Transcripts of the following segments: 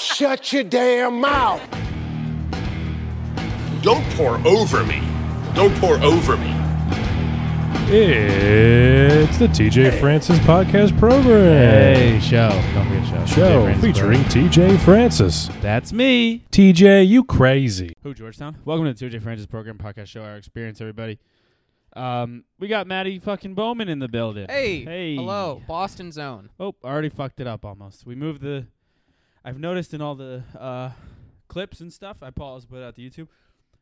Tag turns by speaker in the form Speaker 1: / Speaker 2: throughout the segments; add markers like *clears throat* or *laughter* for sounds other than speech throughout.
Speaker 1: Shut your damn mouth.
Speaker 2: Don't pour over me. Don't pour over me.
Speaker 3: It's the TJ Francis Podcast Program.
Speaker 4: Hey, show. Don't forget show.
Speaker 3: Show
Speaker 4: Jay Francisburg.
Speaker 3: featuring TJ Francis.
Speaker 4: That's me.
Speaker 3: TJ, you crazy.
Speaker 4: Who, Georgetown? Welcome to the 2J Francis Program Podcast Show, our experience, everybody. Um, we got Maddie fucking Bowman in the building.
Speaker 5: Hey,
Speaker 4: Hey.
Speaker 5: Hello, Boston Zone.
Speaker 4: Oh, I already fucked it up almost. We moved the. I've noticed in all the uh, clips and stuff, I paused, put it out to YouTube,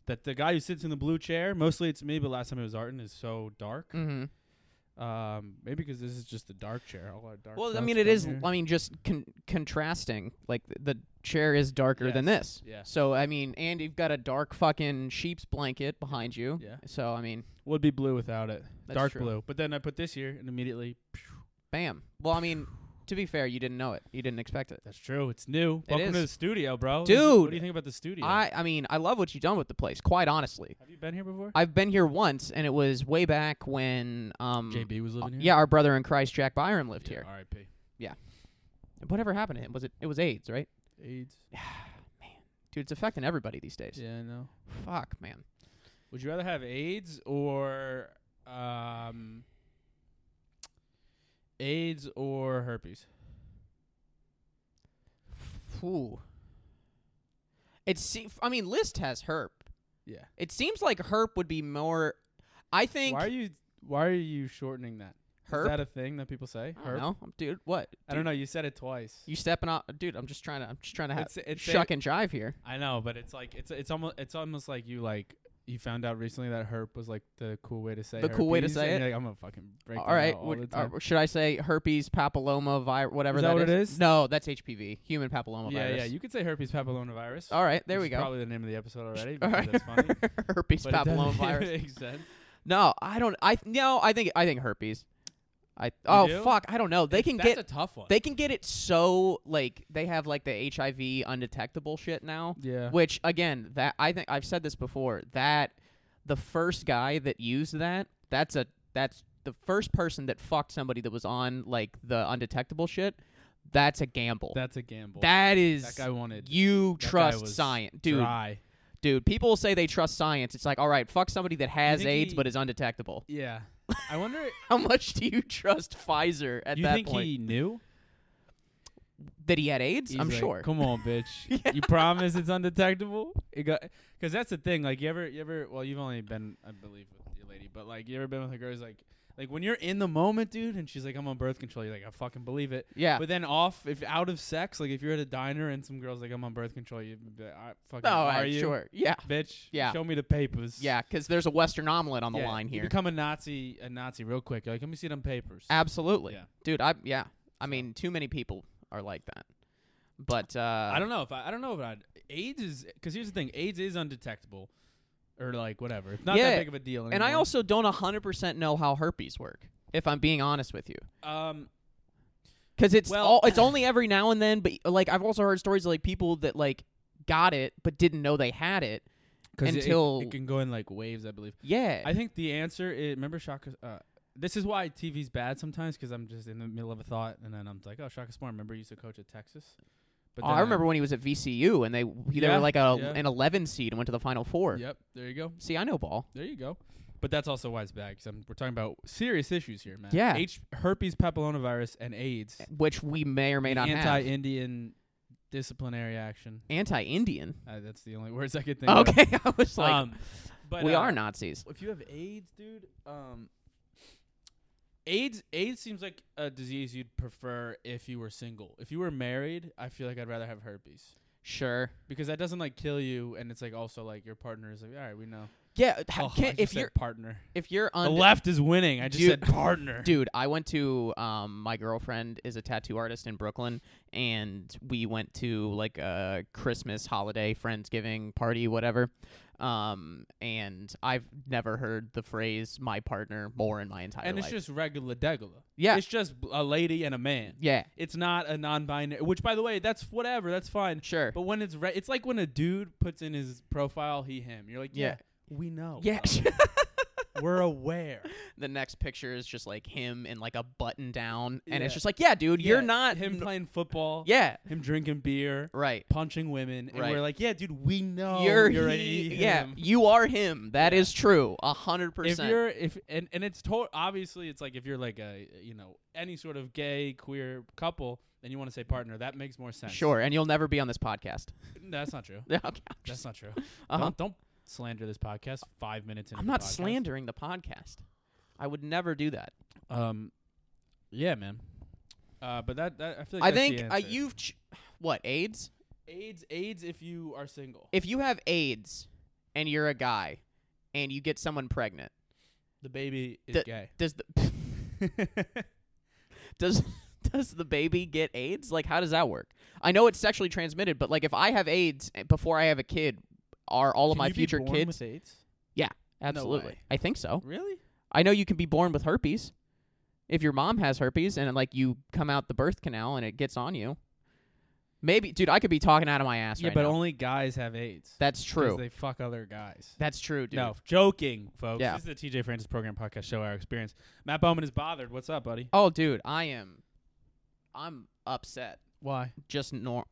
Speaker 4: that the guy who sits in the blue chair, mostly it's me, but last time it was Arden, is so dark.
Speaker 5: Mm-hmm.
Speaker 4: Um, maybe because this is just a dark chair. All our dark
Speaker 5: Well, I
Speaker 4: folks
Speaker 5: mean, it
Speaker 4: down
Speaker 5: is.
Speaker 4: here.
Speaker 5: I mean, just con- contrasting. Like th- the chair is darker than
Speaker 4: Yes,
Speaker 5: this.
Speaker 4: yeah.
Speaker 5: So I mean, and you've got a dark fucking sheep's blanket behind you.
Speaker 4: Yeah.
Speaker 5: So I mean,
Speaker 4: Would be blue without it.
Speaker 5: That's
Speaker 4: dark
Speaker 5: true.
Speaker 4: blue. But then I put this here, and immediately
Speaker 5: bam. Well, I mean, to be fair, you didn't know it. You didn't expect it.
Speaker 4: That's true. It's new.
Speaker 5: It
Speaker 4: Welcome to
Speaker 5: is.
Speaker 4: the studio, bro. This is- what
Speaker 5: Dude.
Speaker 4: do you think about the studio?
Speaker 5: I I mean, I love what you've done with the place. Quite honestly,
Speaker 4: Have you been here before?
Speaker 5: I've been here once, and it was way back when um
Speaker 4: JB was living here.
Speaker 5: yeah, our brother in Christ, Jack Byram, lived here.
Speaker 4: R.I.P.
Speaker 5: Whatever happened to him? Was it? It was AIDS, right?
Speaker 4: AIDS.
Speaker 5: Dude, it's affecting everybody these days.
Speaker 4: Yeah, I know.
Speaker 5: Fuck, man.
Speaker 4: Would you rather have AIDS or um, AIDS or herpes?
Speaker 5: Ooh. It se- I mean, List has herp.
Speaker 4: Yeah.
Speaker 5: It seems like herp would be more. I think
Speaker 4: Why are you Why are you shortening that? Is
Speaker 5: herp.
Speaker 4: that a thing that people say?
Speaker 5: I don't know, dude. What?
Speaker 4: I
Speaker 5: Dude,
Speaker 4: don't know. You said it twice.
Speaker 5: You stepping out, dude? I'm just trying to. I'm just trying to have
Speaker 4: It's- it's a-
Speaker 5: shuck and jive here.
Speaker 4: I know, but it's like it's it's almost it's almost like you like you found out recently that herp was like the cool way to say
Speaker 5: The cool way to
Speaker 4: herpes,
Speaker 5: say
Speaker 4: and you're
Speaker 5: it?
Speaker 4: like, I'm gonna fucking break.
Speaker 5: all
Speaker 4: them
Speaker 5: right.
Speaker 4: out
Speaker 5: would-
Speaker 4: the
Speaker 5: uh,
Speaker 4: time.
Speaker 5: should I say herpes, papilloma, virus, whatever
Speaker 4: Is that what it is?
Speaker 5: No, that's HPV, human papillomavirus.
Speaker 4: yeah, yeah. You could say herpes papillomavirus.
Speaker 5: all right, there
Speaker 4: which
Speaker 5: we
Speaker 4: is
Speaker 5: go.
Speaker 4: Probably the name of the episode already.
Speaker 5: *laughs* All
Speaker 4: because
Speaker 5: right.
Speaker 4: That's
Speaker 5: *laughs*
Speaker 4: funny.
Speaker 5: herpes,
Speaker 4: But *laughs* it doesn't
Speaker 5: papillomavirus.
Speaker 4: make sense.
Speaker 5: no, I don't. I no. I think. I think herpes. I. Oh
Speaker 4: do?
Speaker 5: fuck. I don't know. They
Speaker 4: It's-
Speaker 5: can
Speaker 4: that's
Speaker 5: get
Speaker 4: a tough one.
Speaker 5: They can get it so like they have like the HIV undetectable shit now,
Speaker 4: yeah.
Speaker 5: which again, that I think I've said this before, that the first guy that used that, that's a that's the first person that fucked somebody that was on like the undetectable shit. That's a gamble.
Speaker 4: That's a gamble.
Speaker 5: that is
Speaker 4: that guy wanted.
Speaker 5: you
Speaker 4: that guy
Speaker 5: trust
Speaker 4: was
Speaker 5: science, dude.
Speaker 4: dry.
Speaker 5: Dude, people say they trust science. It's like, all right, fuck somebody that has
Speaker 4: think
Speaker 5: AIDS
Speaker 4: he-
Speaker 5: but is undetectable. *laughs*
Speaker 4: Yeah. I wonder.
Speaker 5: How much do you trust Pfizer *laughs* at
Speaker 4: you
Speaker 5: that
Speaker 4: think
Speaker 5: point?
Speaker 4: he knew?
Speaker 5: that he had AIDS?
Speaker 4: He's
Speaker 5: I'm
Speaker 4: like,
Speaker 5: sure.
Speaker 4: Come on, *laughs* bitch. You promise it's undetectable? It got because that's the thing. Like you ever, you ever. Well, you've only been, I believe, with your lady, but like you ever been with a girl who's like, like when you're in the moment, dude, and she's like, I'm on birth control. You're like, I fucking believe it.
Speaker 5: Yeah.
Speaker 4: But then off, if out of sex, like if you're at a diner and some girls like, I'm on birth control. You'd be like, I fucking.
Speaker 5: Oh,
Speaker 4: are
Speaker 5: uh,
Speaker 4: you?
Speaker 5: sure. Yeah.
Speaker 4: Bitch.
Speaker 5: Yeah.
Speaker 4: Show me the papers.
Speaker 5: Yeah, because there's a Western omelet on the
Speaker 4: Yeah,
Speaker 5: line
Speaker 4: You
Speaker 5: here.
Speaker 4: become a Nazi, a Nazi real quick. You're like, let me see them papers.
Speaker 5: Absolutely.
Speaker 4: Yeah.
Speaker 5: Dude, I yeah. I mean, too many people are like that. But uh
Speaker 4: I don't know if I, I don't know if I'd, AIDS is because here's the thing: AIDS is undetectable, or like whatever. It's not that
Speaker 5: Yeah,
Speaker 4: big of a deal.
Speaker 5: and I
Speaker 4: anymore.
Speaker 5: also don't 100% know how herpes work, if I'm being honest with you.
Speaker 4: um
Speaker 5: Cuz it's
Speaker 4: Well-
Speaker 5: all
Speaker 4: *laughs*
Speaker 5: it's only every now and then, but like I've also heard stories of like people that like got it but didn't know they had it.
Speaker 4: because
Speaker 5: Until- Eh.
Speaker 4: it, can go in like waves, I believe.
Speaker 5: Yeah.
Speaker 4: I think the answer is remember Shaka. Uh, this is why TV's bad sometimes because I'm just in the middle of a thought and then I'm like, oh, Shaka Smart. Remember, he used to coach at Texas. But
Speaker 5: Oh,
Speaker 4: then
Speaker 5: I remember when he was at VCU and they they
Speaker 4: Yeah,
Speaker 5: were like a
Speaker 4: yeah.
Speaker 5: an 11 seed and went to the final 4.
Speaker 4: Yep, there you go.
Speaker 5: See, I know ball.
Speaker 4: There you go. But that's also why it's bad because we're talking about serious issues here, man.
Speaker 5: Yeah.
Speaker 4: H- herpes, papillomavirus, and AIDS.
Speaker 5: Which we may or may not have.
Speaker 4: Anti-Indian disciplinary action.
Speaker 5: Anti-Indian.
Speaker 4: Uh, that's the only words I could think. *laughs* of.
Speaker 5: Okay, *laughs* I was like,
Speaker 4: um, but
Speaker 5: we
Speaker 4: uh,
Speaker 5: are Nazis.
Speaker 4: If you have AIDS, dude, um, AIDS AIDS seems like a disease you'd prefer if you were single. If you were married, I feel like I'd rather have herpes
Speaker 5: Sure.
Speaker 4: because that doesn't like kill you, and it's like also like your partner is like, all right, we know.
Speaker 5: Yeah. h-
Speaker 4: Oh, I
Speaker 5: can't,
Speaker 4: just
Speaker 5: if
Speaker 4: said
Speaker 5: you're
Speaker 4: partner,
Speaker 5: if you're
Speaker 4: the
Speaker 5: on
Speaker 4: left is winning. I just
Speaker 5: Dude-
Speaker 4: said partner.
Speaker 5: dude, I went to um my girlfriend is a tattoo artist in Brooklyn, and we went to like a Christmas holiday friendsgiving party, whatever. Um, and I've never heard the phrase "my partner" more in my
Speaker 4: *laughs*
Speaker 5: entire
Speaker 4: and
Speaker 5: life.
Speaker 4: it's just regular degular.
Speaker 5: Yeah.
Speaker 4: it's just a lady and a man.
Speaker 5: yeah,
Speaker 4: It's not a non-binary, which by the way, that's whatever. That's fine.
Speaker 5: sure.
Speaker 4: But when it's re- it's like when a dude puts in his profile he him. You're like, yeah,
Speaker 5: *laughs* Yeah.
Speaker 4: we know.
Speaker 5: yeah,
Speaker 4: Uh, *laughs* We're aware.
Speaker 5: the next picture is just like him in like a button down, and
Speaker 4: Yeah.
Speaker 5: it's just like, yeah, dude,
Speaker 4: Yeah,
Speaker 5: *laughs* you're not
Speaker 4: him
Speaker 5: n-
Speaker 4: playing football.
Speaker 5: Yeah,
Speaker 4: Him drinking beer.
Speaker 5: right.
Speaker 4: Punching women. And we're
Speaker 5: Right.
Speaker 4: like, yeah, dude, we know
Speaker 5: you're
Speaker 4: Oh, you're an
Speaker 5: he-
Speaker 4: E-
Speaker 5: yeah,
Speaker 4: him.
Speaker 5: you are him. That is true, a hundred
Speaker 4: if
Speaker 5: percent.
Speaker 4: you're if and and it's to- obviously it's like if you're like a you know any sort of gay queer couple then you want to say partner that makes more sense
Speaker 5: Sure, and you'll never be on this podcast. *laughs*
Speaker 4: No, that's not true
Speaker 5: Yeah, okay.
Speaker 4: that's not true
Speaker 5: *laughs* Uh-huh.
Speaker 4: don't, don't slander this podcast five minutes into
Speaker 5: I'm
Speaker 4: the
Speaker 5: not
Speaker 4: podcast.
Speaker 5: slandering the podcast. I would never do that.
Speaker 4: um yeah man uh but that, that I feel
Speaker 5: I
Speaker 4: like that's the
Speaker 5: think uh,
Speaker 4: answer.
Speaker 5: you've ch- what AIDS?
Speaker 4: AIDS AIDS if you are single
Speaker 5: If you have AIDS and you're a guy and you get someone pregnant,
Speaker 4: the baby is *laughs*
Speaker 5: the-
Speaker 4: gay
Speaker 5: does the *laughs* does does the baby get AIDS? Like, how does that work? I know it's sexually transmitted, but like, if I have AIDS eh, before I have a kid, are all of
Speaker 4: Can
Speaker 5: my
Speaker 4: you be
Speaker 5: future
Speaker 4: born
Speaker 5: kids?
Speaker 4: with AIDS
Speaker 5: yeah, absolutely.
Speaker 4: way.
Speaker 5: I think so.
Speaker 4: really
Speaker 5: I know you can be born with herpes. If your mom has herpes and like you come out the birth canal and it gets on you, maybe, dude, I could be talking out of my ass
Speaker 4: yeah
Speaker 5: right
Speaker 4: but
Speaker 5: now.
Speaker 4: only guys have AIDS 'Cause
Speaker 5: That's true.
Speaker 4: they fuck other guys
Speaker 5: That's true, dude.
Speaker 4: No, joking, folks.
Speaker 5: Yeah.
Speaker 4: This is the TJ Francis Program Podcast Show, our experience. Matt Bowman is bothered. What's up, buddy?
Speaker 5: Oh, dude, I am. I'm upset.
Speaker 4: Why?
Speaker 5: Just norm.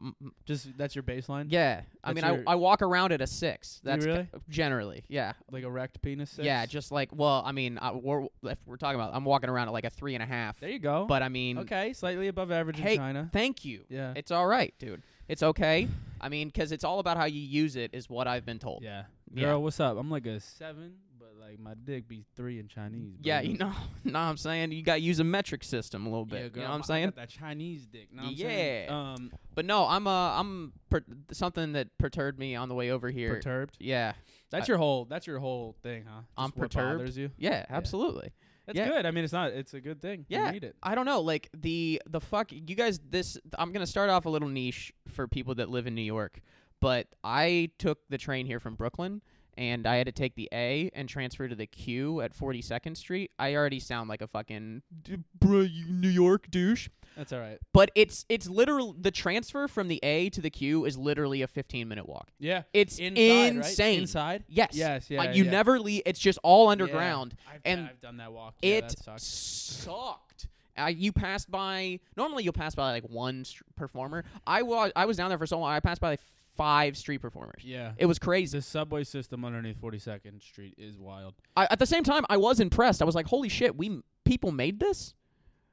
Speaker 4: Just that's your baseline.
Speaker 5: Yeah, I
Speaker 4: That's
Speaker 5: mean,
Speaker 4: your-
Speaker 5: I I walk around at a six.
Speaker 4: you
Speaker 5: That's
Speaker 4: really?
Speaker 5: g- generally, yeah,
Speaker 4: like erect penis. Six?
Speaker 5: yeah. Just like, well, I mean, I, we're, if we're talking about, I'm walking around at like a three and a half.
Speaker 4: there you go.
Speaker 5: But I mean,
Speaker 4: okay, slightly above average
Speaker 5: hey,
Speaker 4: in China.
Speaker 5: thank you.
Speaker 4: Yeah.
Speaker 5: it's all right, dude. It's okay. I mean, because it's all about how you use it, is what I've been told.
Speaker 4: yeah,
Speaker 5: Yeah.
Speaker 4: girl, what's up? I'm like a seven, but like my dick be three in Chinese.
Speaker 5: Yeah,
Speaker 4: baby.
Speaker 5: you know, *laughs* know what I'm saying? You got to use a metric system a little bit.
Speaker 4: Yeah, girl,
Speaker 5: you know what I'm
Speaker 4: I
Speaker 5: saying?
Speaker 4: got that Chinese dick. Know what I'm saying?
Speaker 5: Yeah.
Speaker 4: Um,
Speaker 5: But no, I'm, uh, I'm per- something that perturbed me on the way over here.
Speaker 4: perturbed.
Speaker 5: yeah.
Speaker 4: That's your whole. That's your whole thing, huh? Just
Speaker 5: I'm
Speaker 4: what
Speaker 5: perturbed.
Speaker 4: bothers you.
Speaker 5: Yeah, absolutely.
Speaker 4: That's
Speaker 5: Yeah.
Speaker 4: good. I mean, it's not. It's a good thing.
Speaker 5: Yeah,
Speaker 4: You need it.
Speaker 5: I don't know. Like the the fuck you guys this I'm going to start off a little niche for people that live in New York, but I took the train here from Brooklyn and I had to take the A and transfer to the Q at 42nd Street. I already sound like a fucking "D- bruh, you New York douche.
Speaker 4: That's all right.
Speaker 5: But it's it's literal the transfer from the A to the Q is literally a 15 minute walk.
Speaker 4: Yeah.
Speaker 5: It's
Speaker 4: Inside, right?
Speaker 5: insane.
Speaker 4: Inside?
Speaker 5: Yes.
Speaker 4: Yes, yeah,
Speaker 5: Like you
Speaker 4: yeah.
Speaker 5: never leave. It's just all
Speaker 4: Yeah.
Speaker 5: underground.
Speaker 4: I've,
Speaker 5: and
Speaker 4: I've done that walk. Yeah,
Speaker 5: it
Speaker 4: that sucks.
Speaker 5: sucked. Uh, you passed by. Normally, you'll pass by like one str performer. I was I was down there for so long. I passed by like five street performers.
Speaker 4: Yeah.
Speaker 5: It was crazy.
Speaker 4: the subway system underneath 42nd Street is wild.
Speaker 5: I, at the same time, I was impressed. I was like, "Holy shit, we people made this?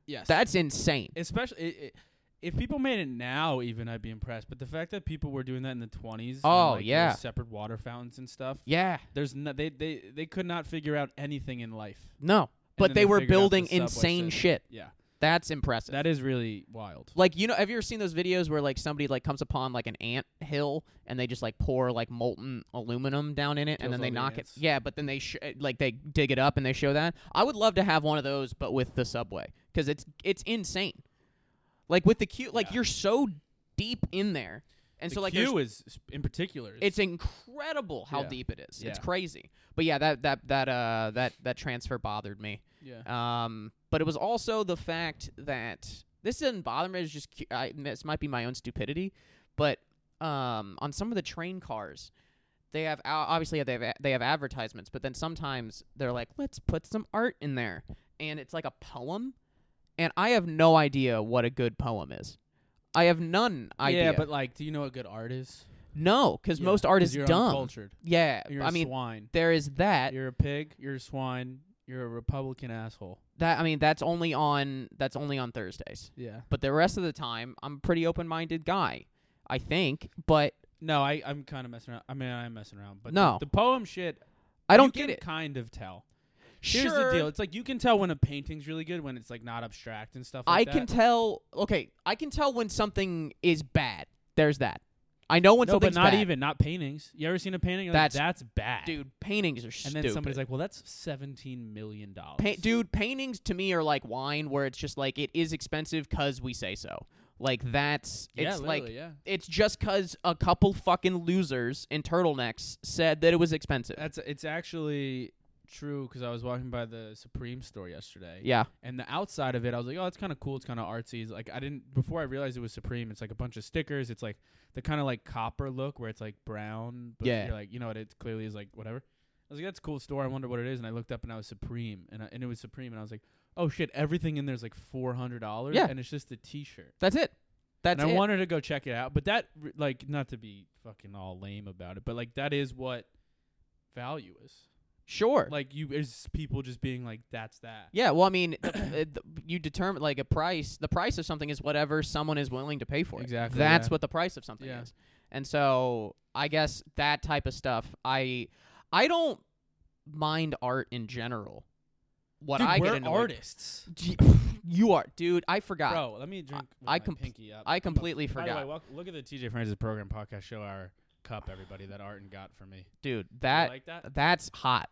Speaker 4: Yes.
Speaker 5: That's insane."
Speaker 4: especially i i if people made it now even I'd be impressed, but the fact that people were doing that in the 20s when,
Speaker 5: Oh,
Speaker 4: like, there
Speaker 5: yeah.
Speaker 4: was separate water fountains and stuff.
Speaker 5: yeah,
Speaker 4: There's no, they they they could not figure out anything in life.
Speaker 5: no,
Speaker 4: then
Speaker 5: but they,
Speaker 4: they
Speaker 5: were
Speaker 4: figured out the
Speaker 5: building
Speaker 4: subway
Speaker 5: insane
Speaker 4: system.
Speaker 5: shit.
Speaker 4: Yeah.
Speaker 5: That's impressive.
Speaker 4: That is really wild.
Speaker 5: like you know, have you ever seen those videos where like somebody like comes upon like an ant hill and they just like pour like molten aluminum down in it
Speaker 4: Kills
Speaker 5: and then
Speaker 4: all
Speaker 5: they
Speaker 4: the
Speaker 5: knock
Speaker 4: ants.
Speaker 5: it? Yeah, but then they sh- eh, like they dig it up and they show that. I would love to have one of those, but with the subway because it's it's insane. Like with the queue, like
Speaker 4: Yeah.
Speaker 5: you're so deep in there, and
Speaker 4: the
Speaker 5: so like there's-
Speaker 4: queue is in particular. is-
Speaker 5: it's incredible how
Speaker 4: Yeah.
Speaker 5: deep it is. It's
Speaker 4: Yeah.
Speaker 5: crazy. But yeah, that that that uh that that transfer bothered me.
Speaker 4: yeah.
Speaker 5: Um, but it was also the fact that this didn't bother me. It's just cu- I, this might be my own stupidity, but um, on some of the train cars, they have o- obviously they have a- they have advertisements, but then sometimes they're like, let's put some art in there, and it's like a poem, and I have no idea what a good poem is. I have none idea.
Speaker 4: Yeah, but like do you know what good art is?
Speaker 5: no, because
Speaker 4: Yeah,
Speaker 5: most art
Speaker 4: 'cause
Speaker 5: is
Speaker 4: you're
Speaker 5: dumb.
Speaker 4: uncultured.
Speaker 5: Yeah,
Speaker 4: You're
Speaker 5: I
Speaker 4: a
Speaker 5: mean
Speaker 4: swine.
Speaker 5: there is that.
Speaker 4: You're a pig, you're a swine, you're a Republican asshole.
Speaker 5: That I mean that's only on that's only on Thursdays.
Speaker 4: Yeah.
Speaker 5: but the rest of the time I'm a pretty open-minded guy, I think. But
Speaker 4: No, I I'm kind of messing around. I mean, I'm messing around, but
Speaker 5: No.
Speaker 4: the, the poem shit.
Speaker 5: I don't
Speaker 4: you
Speaker 5: get
Speaker 4: can
Speaker 5: it.
Speaker 4: Kind of tell.
Speaker 5: Sure,
Speaker 4: Here's the deal. It's like you can tell when a painting's really good when it's like not abstract and stuff.
Speaker 5: I
Speaker 4: Like
Speaker 5: can
Speaker 4: That.
Speaker 5: tell. Okay, I can tell when something is bad. There's that. I know when
Speaker 4: no, but
Speaker 5: something's
Speaker 4: not
Speaker 5: bad.
Speaker 4: even not paintings. You ever seen a painting? You're like,
Speaker 5: That's-
Speaker 4: that's bad,
Speaker 5: dude. Paintings are
Speaker 4: And
Speaker 5: stupid.
Speaker 4: then somebody's like, "Well, that's seventeen million dollars."
Speaker 5: Pa- dude, paintings to me are like wine, where it's just like it is expensive because we say so. Like that's
Speaker 4: Yeah,
Speaker 5: it's
Speaker 4: literally,
Speaker 5: like
Speaker 4: yeah.
Speaker 5: it's just because a couple fucking losers in turtlenecks said that it was expensive.
Speaker 4: that's it's actually true because I was walking by the Supreme store yesterday.
Speaker 5: yeah,
Speaker 4: And the outside of it, I was like, "Oh, it's kind of cool. It's kind of artsy." It's Like I didn't before I realized it was Supreme. It's like a bunch of stickers. It's like the kind of like copper look where it's like brown, but
Speaker 5: Yeah.
Speaker 4: you're like, you know what? It clearly is like whatever. I was like, that's a cool store. I wonder what it is. And I looked up and I was Supreme, and I, and it was Supreme, and I was like, oh shit, everything in there's like four hundred dollars,
Speaker 5: Yeah.
Speaker 4: and it's just a T-shirt.
Speaker 5: That's it. That's
Speaker 4: and I
Speaker 5: it.
Speaker 4: wanted to go check it out, but that r- like not to be fucking all lame about it, but like that is what value is.
Speaker 5: sure.
Speaker 4: Like you is people just being like, that's that.
Speaker 5: yeah. Well, I mean, the, *clears throat* uh, the, you determine like a price. The price of something is whatever someone is willing to pay for it.
Speaker 4: Exactly,
Speaker 5: That's
Speaker 4: yeah.
Speaker 5: what the price of something
Speaker 4: Yeah.
Speaker 5: is. And so I guess that type of stuff. I I don't mind art in general. What
Speaker 4: Dude,
Speaker 5: I
Speaker 4: we're
Speaker 5: get into *laughs*
Speaker 4: artists,
Speaker 5: You are, dude. I forgot.
Speaker 4: bro. Let me drink. with
Speaker 5: I
Speaker 4: my
Speaker 5: com-
Speaker 4: pinky up.
Speaker 5: I
Speaker 4: I'm a-
Speaker 5: completely
Speaker 4: By the
Speaker 5: forgot.
Speaker 4: way, wel- look at the TJ Francis program podcast show our cup, everybody that Arden got for me.
Speaker 5: dude. That,
Speaker 4: like that?
Speaker 5: that's hot.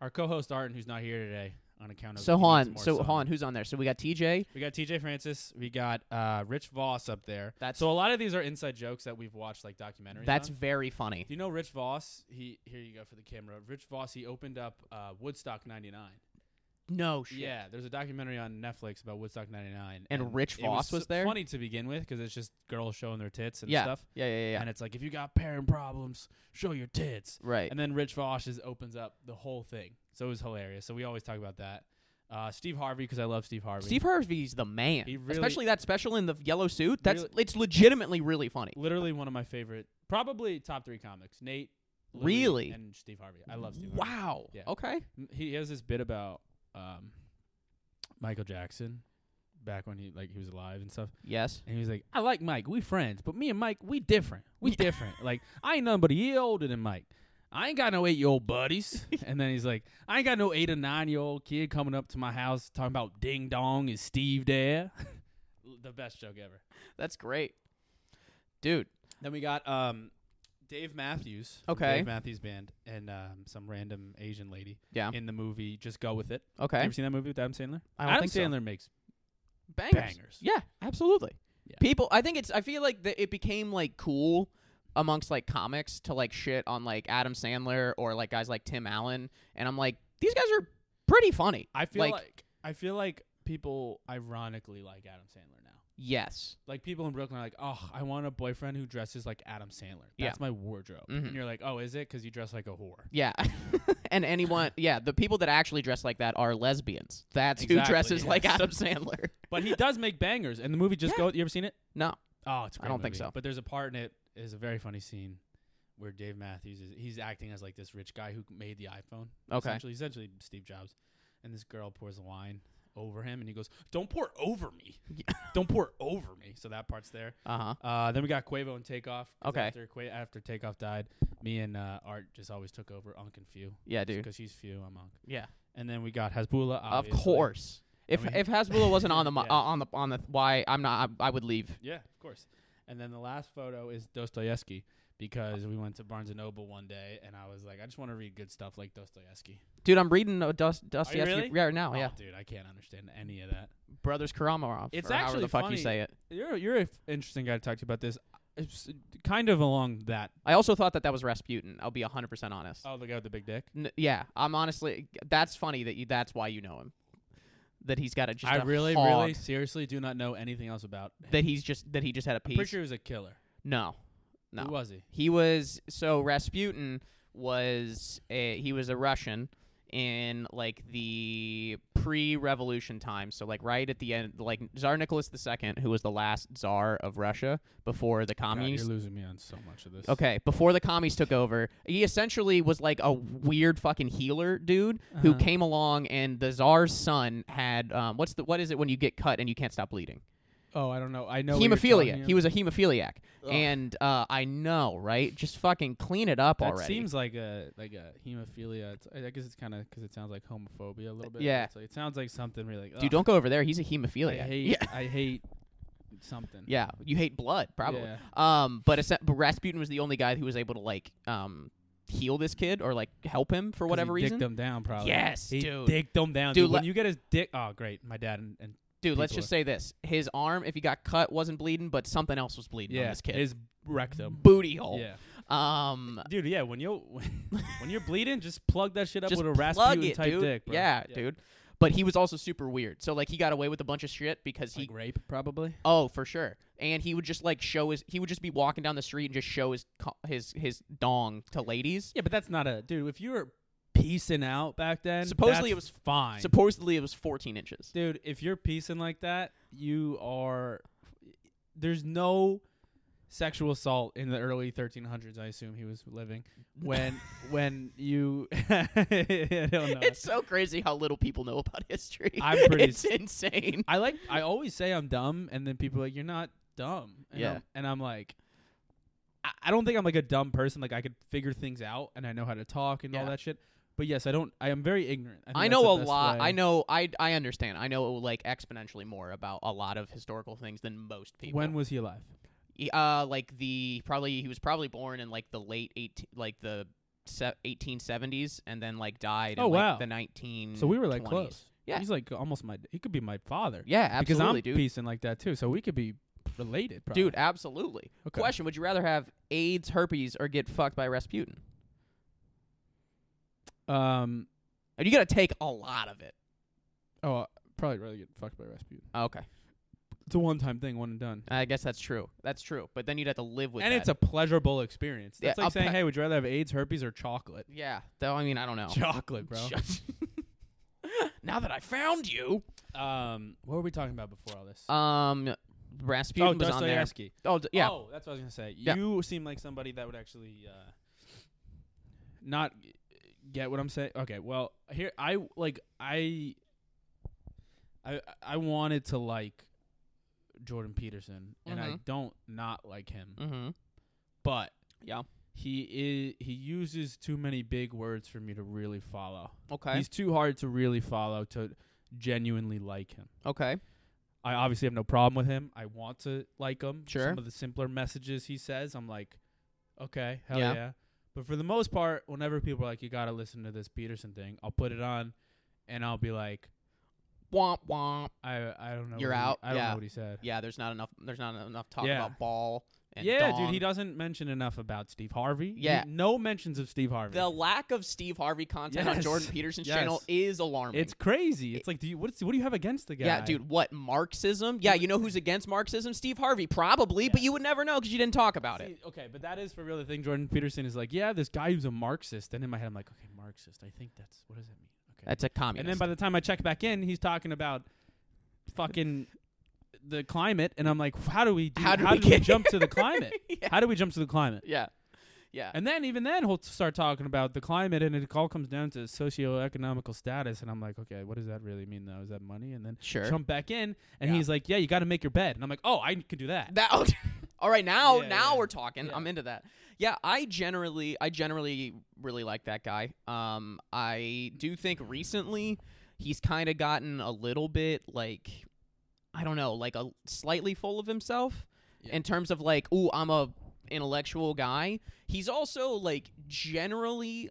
Speaker 4: Our co-host Arden, who's not here today on account of
Speaker 5: So
Speaker 4: he needs
Speaker 5: Han,
Speaker 4: more
Speaker 5: so
Speaker 4: sun.
Speaker 5: Han, who's on there? So we got TJ.
Speaker 4: We got TJ Francis. We got uh, Rich Voss up there.
Speaker 5: That's-
Speaker 4: so a lot of these are inside jokes that we've watched like documentaries.
Speaker 5: That's
Speaker 4: on.
Speaker 5: very funny.
Speaker 4: Do you know Rich Voss? He here you go for the camera. Rich Voss. He opened up uh, Woodstock '99.
Speaker 5: No shit.
Speaker 4: Yeah, there's a documentary on Netflix about Woodstock '99,
Speaker 5: And Rich
Speaker 4: it
Speaker 5: Voss was
Speaker 4: so
Speaker 5: there?
Speaker 4: Funny to begin with because it's just girls showing their tits and
Speaker 5: yeah.
Speaker 4: stuff.
Speaker 5: yeah, yeah, yeah, yeah.
Speaker 4: And it's like if you got parent problems, show your tits.
Speaker 5: Right.
Speaker 4: And then Rich Voss just opens up the whole thing. So it was hilarious. So we always talk about that. Uh, Steve Harvey because I love Steve Harvey.
Speaker 5: Steve Harvey's the man,
Speaker 4: He really-
Speaker 5: especially that special in the yellow suit. That's
Speaker 4: Really-
Speaker 5: it's legitimately really funny.
Speaker 4: literally one of my favorite, probably top three comics. Nate, Louis,
Speaker 5: Really?
Speaker 4: and Steve Harvey. I love Steve. Harvey.
Speaker 5: Wow.
Speaker 4: Yeah.
Speaker 5: Okay.
Speaker 4: M- He has this bit about um, Michael Jackson back when he like he was alive and stuff.
Speaker 5: Yes.
Speaker 4: And he was like, I like Mike. We friends, but me and Mike, we different. We different. Like I ain't nothing but a year older than Mike. I ain't got no eight year old *laughs* buddies. and then he's like, I ain't got no eight or nine year old kid coming up to my house talking about ding dong is Steve there. *laughs* the best joke ever.
Speaker 5: That's great, dude.
Speaker 4: Then we got um, Dave Matthews. from
Speaker 5: Okay.
Speaker 4: Dave Matthews Band and um, some random Asian lady
Speaker 5: Yeah.
Speaker 4: in the movie Just Go With It.
Speaker 5: Okay.
Speaker 4: Have you seen that movie with Adam Sandler?
Speaker 5: I don't
Speaker 4: Adam
Speaker 5: think so.
Speaker 4: Sandler makes.
Speaker 5: Bangers.
Speaker 4: bangers.
Speaker 5: Yeah. Absolutely.
Speaker 4: Yeah.
Speaker 5: People, I think it's. I feel like that it became like cool amongst like comics to like shit on like Adam Sandler or like guys like Tim Allen, and I'm like these guys are pretty funny.
Speaker 4: I feel like, I feel like people ironically like Adam Sandler now.
Speaker 5: yes,
Speaker 4: Like people in Brooklyn are like, oh, I want a boyfriend who dresses like Adam Sandler. That's
Speaker 5: Yeah.
Speaker 4: my wardrobe.
Speaker 5: Mhm.
Speaker 4: And you're like, oh, is it? Because you dress like a whore.
Speaker 5: yeah, *laughs* and anyone, yeah, the people that actually dress like that are lesbians. That's who
Speaker 4: Exactly,
Speaker 5: dresses like
Speaker 4: yes.
Speaker 5: Adam Sandler. *laughs*
Speaker 4: But he does make bangers. And the movie Just Go. You ever seen it?
Speaker 5: No,
Speaker 4: Oh, it's. A
Speaker 5: I
Speaker 4: great
Speaker 5: don't think
Speaker 4: movie.
Speaker 5: so.
Speaker 4: But there's a part in it is a very funny scene where Dave Matthews is he's acting as like this rich guy who made the iPhone.
Speaker 5: Okay.
Speaker 4: Essentially, essentially Steve Jobs, and this girl pours wine over him, and he goes, "Don't pour over
Speaker 5: *laughs*
Speaker 4: me. don't pour over me." So that part's there.
Speaker 5: uh huh.
Speaker 4: Uh, then we got Quavo and Takeoff. 'cause
Speaker 5: Okay.
Speaker 4: After, Qua- after Takeoff died, me and uh, Art just always took over Unc and Few.
Speaker 5: Yeah, dude.
Speaker 4: Because he's Few, I'm Unc.
Speaker 5: Yeah,
Speaker 4: And then we got Hasbullah. obviously.
Speaker 5: of course. If
Speaker 4: I mean-
Speaker 5: if Hasbullah
Speaker 4: *laughs*
Speaker 5: wasn't on the mo-
Speaker 4: Yeah.
Speaker 5: uh, on the on the why I'm not I, I would leave.
Speaker 4: Yeah, of course. And then the last photo is Dostoevsky because we went to Barnes and Noble one day, and I was like, I just want to read good stuff like Dostoevsky.
Speaker 5: Dude, I'm reading uh, Dost- Dostoevsky
Speaker 4: really? Oh.
Speaker 5: right now. Oh, yeah,
Speaker 4: dude, I can't understand any of that.
Speaker 5: Brothers Karamazov.
Speaker 4: It's
Speaker 5: or however
Speaker 4: actually
Speaker 5: the fuck
Speaker 4: funny.
Speaker 5: you say it.
Speaker 4: You're you're an interesting guy to talk to about this. It's kind of along that.
Speaker 5: I also thought that that was Rasputin. I'll be 100% honest.
Speaker 4: Oh, the guy with the big dick.
Speaker 5: N- yeah, I'm honestly that's funny that you that's why you know him. That he's got a just
Speaker 4: I
Speaker 5: a
Speaker 4: really,
Speaker 5: hog,
Speaker 4: really, seriously do not know anything else about. Him.
Speaker 5: that he's just that he just had a
Speaker 4: I'm
Speaker 5: piece.
Speaker 4: pretty sure he was a killer.
Speaker 5: No. No.
Speaker 4: Who was he?
Speaker 5: He was so Rasputin was a, he was a Russian in like the pre-revolution time, so like right at the end, like Tsar Nicholas II, who was the last Tsar of Russia before the
Speaker 4: God,
Speaker 5: communists.
Speaker 4: you're losing me on so much of this.
Speaker 5: Okay, before the commies took over, he essentially was like a weird fucking healer dude
Speaker 4: Uh-huh.
Speaker 5: who came along, and the czar's son had um, what's the what is it when you get cut and you can't stop bleeding?
Speaker 4: Oh, I don't know. I know what you're
Speaker 5: Hemophilia.
Speaker 4: talking
Speaker 5: He was a hemophiliac, and uh, I know, right? Just fucking clean it up
Speaker 4: That
Speaker 5: already.
Speaker 4: seems like a like a hemophilia. It's, I guess it's kind of because it sounds like homophobia a little bit.
Speaker 5: Yeah.
Speaker 4: It's like- it sounds like something really. Like,
Speaker 5: Dude,
Speaker 4: ugh,
Speaker 5: don't go over there. He's a
Speaker 4: I
Speaker 5: hemophiliac.
Speaker 4: hate.
Speaker 5: Yeah. *laughs*
Speaker 4: I hate something.
Speaker 5: Yeah, you hate blood probably.
Speaker 4: Yeah.
Speaker 5: Um, but, it's- but Rasputin was the only guy who was able to like um heal this kid or like help him for whatever
Speaker 4: he
Speaker 5: reason.
Speaker 4: dicked them down probably.
Speaker 5: Yes,
Speaker 4: he
Speaker 5: dude.
Speaker 4: dicked them down.
Speaker 5: Dude,
Speaker 4: Dude, when
Speaker 5: let-
Speaker 4: you get his dick, oh great, my dad and, and
Speaker 5: Dude, let's
Speaker 4: people
Speaker 5: just say this: his arm, if he got cut, wasn't bleeding, but something else was bleeding on
Speaker 4: yeah,
Speaker 5: this kid.
Speaker 4: his rectum.
Speaker 5: booty hole.
Speaker 4: Yeah,
Speaker 5: Um,
Speaker 4: dude. Yeah, when you *laughs* when you're bleeding, just plug that shit up
Speaker 5: just
Speaker 4: with a
Speaker 5: plug
Speaker 4: Rasputin
Speaker 5: it,
Speaker 4: type
Speaker 5: dude.
Speaker 4: dick. Bro.
Speaker 5: Yeah, dude. But he was also super weird. So like he got away with a bunch of shit because he
Speaker 4: Like rape probably.
Speaker 5: Oh, for sure. And he would just like show his he would just be walking down the street and just show his co- his his dong to ladies.
Speaker 4: Yeah, but that's not a dude. If you're piecing out back then,
Speaker 5: Supposedly it
Speaker 4: that's
Speaker 5: was-
Speaker 4: fine.
Speaker 5: Supposedly it was 14 inches.
Speaker 4: Dude, if you're piecing like that, you are. There's no sexual assault in the early 1300s. I assume he was living
Speaker 5: *laughs*
Speaker 4: when when you. *laughs* I don't know.
Speaker 5: It's so crazy how little people know about *laughs* history.
Speaker 4: uh, I'm pretty
Speaker 5: It's insane.
Speaker 4: I like. I always say I'm dumb, and then people are like, "You're not dumb." And
Speaker 5: Yeah.
Speaker 4: I'm, and I'm like, I, I don't think I'm like a dumb person. Like I could figure things out, and I know how to talk and all
Speaker 5: Yeah.
Speaker 4: that shit. But yes, I don't. I am very ignorant. think
Speaker 5: I
Speaker 4: that's
Speaker 5: know
Speaker 4: the
Speaker 5: a
Speaker 4: best
Speaker 5: lot.
Speaker 4: way.
Speaker 5: I know. I I understand. I know like exponentially more about a lot of historical things than most people.
Speaker 4: When was he alive?
Speaker 5: He- uh like the probably he was probably born in like the late 18 like the se- 1870s and then like died
Speaker 4: Oh,
Speaker 5: in like,
Speaker 4: wow.
Speaker 5: the 19
Speaker 4: So we were like close.
Speaker 5: Mm, Yeah.
Speaker 4: he's like almost my. He could be my father.
Speaker 5: Yeah,
Speaker 4: because I'm
Speaker 5: absolutely, dude.
Speaker 4: piecing like that too. So we could be related, probably.
Speaker 5: Dude, absolutely.
Speaker 4: Okay.
Speaker 5: Question, would you rather have AIDS, herpes or get fucked by Rasputin?
Speaker 4: Um.
Speaker 5: And you got to take a lot of it.
Speaker 4: Oh, I'd probably rather get fucked by Rasputin.
Speaker 5: Okay.
Speaker 4: It's a one-time thing, one and done.
Speaker 5: I guess that's true. That's true. But then you'd have to live with
Speaker 4: and
Speaker 5: that.
Speaker 4: it's a pleasurable experience.
Speaker 5: Yeah,
Speaker 4: That's like
Speaker 5: I'll
Speaker 4: saying,
Speaker 5: pa-
Speaker 4: "Hey, would you rather have AIDS, herpes, or chocolate?"
Speaker 5: Yeah. Though I mean, I don't know.
Speaker 4: Chocolate, bro.
Speaker 5: *laughs* now that I found you.
Speaker 4: Um, what were we talking about before all this?
Speaker 5: Um Rasputin
Speaker 4: oh,
Speaker 5: was on there.
Speaker 4: Dostoevsky.
Speaker 5: Oh, d- yeah.
Speaker 4: Oh, that's what I was gonna say.
Speaker 5: Yeah.
Speaker 4: You seem like somebody that would actually uh, not g- get what I'm saying. Okay, well, here I like I I I wanted to like Jordan Peterson, and I
Speaker 5: Mhm.
Speaker 4: don't not like him,
Speaker 5: Mhm.
Speaker 4: but
Speaker 5: Yeah.
Speaker 4: he is he uses too many big words for me to really follow.
Speaker 5: Okay.
Speaker 4: He's too hard to really follow to genuinely like him.
Speaker 5: okay.
Speaker 4: I obviously have no problem with him. I want to like him.
Speaker 5: Sure.
Speaker 4: Some of the simpler messages he says, I'm like, okay, hell
Speaker 5: Yeah.
Speaker 4: yeah. But for the most part, whenever people are like, you got to listen to this Peterson thing, I'll put it on and I'll be like,
Speaker 5: Womp womp.
Speaker 4: I I don't know.
Speaker 5: You're
Speaker 4: what he-
Speaker 5: out,
Speaker 4: I don't
Speaker 5: yeah.
Speaker 4: know what he said.
Speaker 5: Yeah, there's not enough. There's not enough talk
Speaker 4: Yeah.
Speaker 5: about ball. And
Speaker 4: yeah,
Speaker 5: dong.
Speaker 4: dude, he doesn't mention enough about Steve Harvey. He-
Speaker 5: Yeah.
Speaker 4: no mentions of Steve Harvey.
Speaker 5: The lack of Steve Harvey content on
Speaker 4: Yes.
Speaker 5: Jordan *laughs* Peterson's
Speaker 4: Yes.
Speaker 5: channel is alarming.
Speaker 4: it's crazy. It's like, do you what's what do you have against the guy?
Speaker 5: yeah, dude. What Marxism? Yeah, you know who's against Marxism? Steve Harvey, probably, but you would never know because you didn't talk about it.
Speaker 4: See, okay, but that is for real. The thing Jordan Peterson is like, yeah, this guy who's a Marxist. And in my head, I'm like, okay, Marxist. I think that's what does that mean? Okay,
Speaker 5: That's a communist.
Speaker 4: And then by the time I check back in, he's talking about fucking the climate, and I'm like, how do we do,
Speaker 5: How
Speaker 4: how
Speaker 5: did
Speaker 4: do
Speaker 5: we
Speaker 4: we,
Speaker 5: get
Speaker 4: jump
Speaker 5: *laughs*
Speaker 4: to the climate?
Speaker 5: Yeah.
Speaker 4: How do we jump to the climate?
Speaker 5: *laughs* yeah, yeah,
Speaker 4: And then even then he'll start talking about the climate, and it all comes down to socioeconomical status, and I'm like, okay, what does that really mean though? Is that money? And then
Speaker 5: Sure.
Speaker 4: jump back in, and
Speaker 5: Yeah.
Speaker 4: he's like, yeah, you got to make your bed, and I'm like, oh, I can do that.
Speaker 5: that. oh, *laughs* all right, now
Speaker 4: Yeah,
Speaker 5: now
Speaker 4: yeah.
Speaker 5: we're talking. I'm into that. Yeah, I generally I generally really like that guy. Um, I do think recently he's kind of gotten a little bit like I don't know, like a slightly full of himself in terms of like, ooh, I'm a intellectual guy. He's also like generally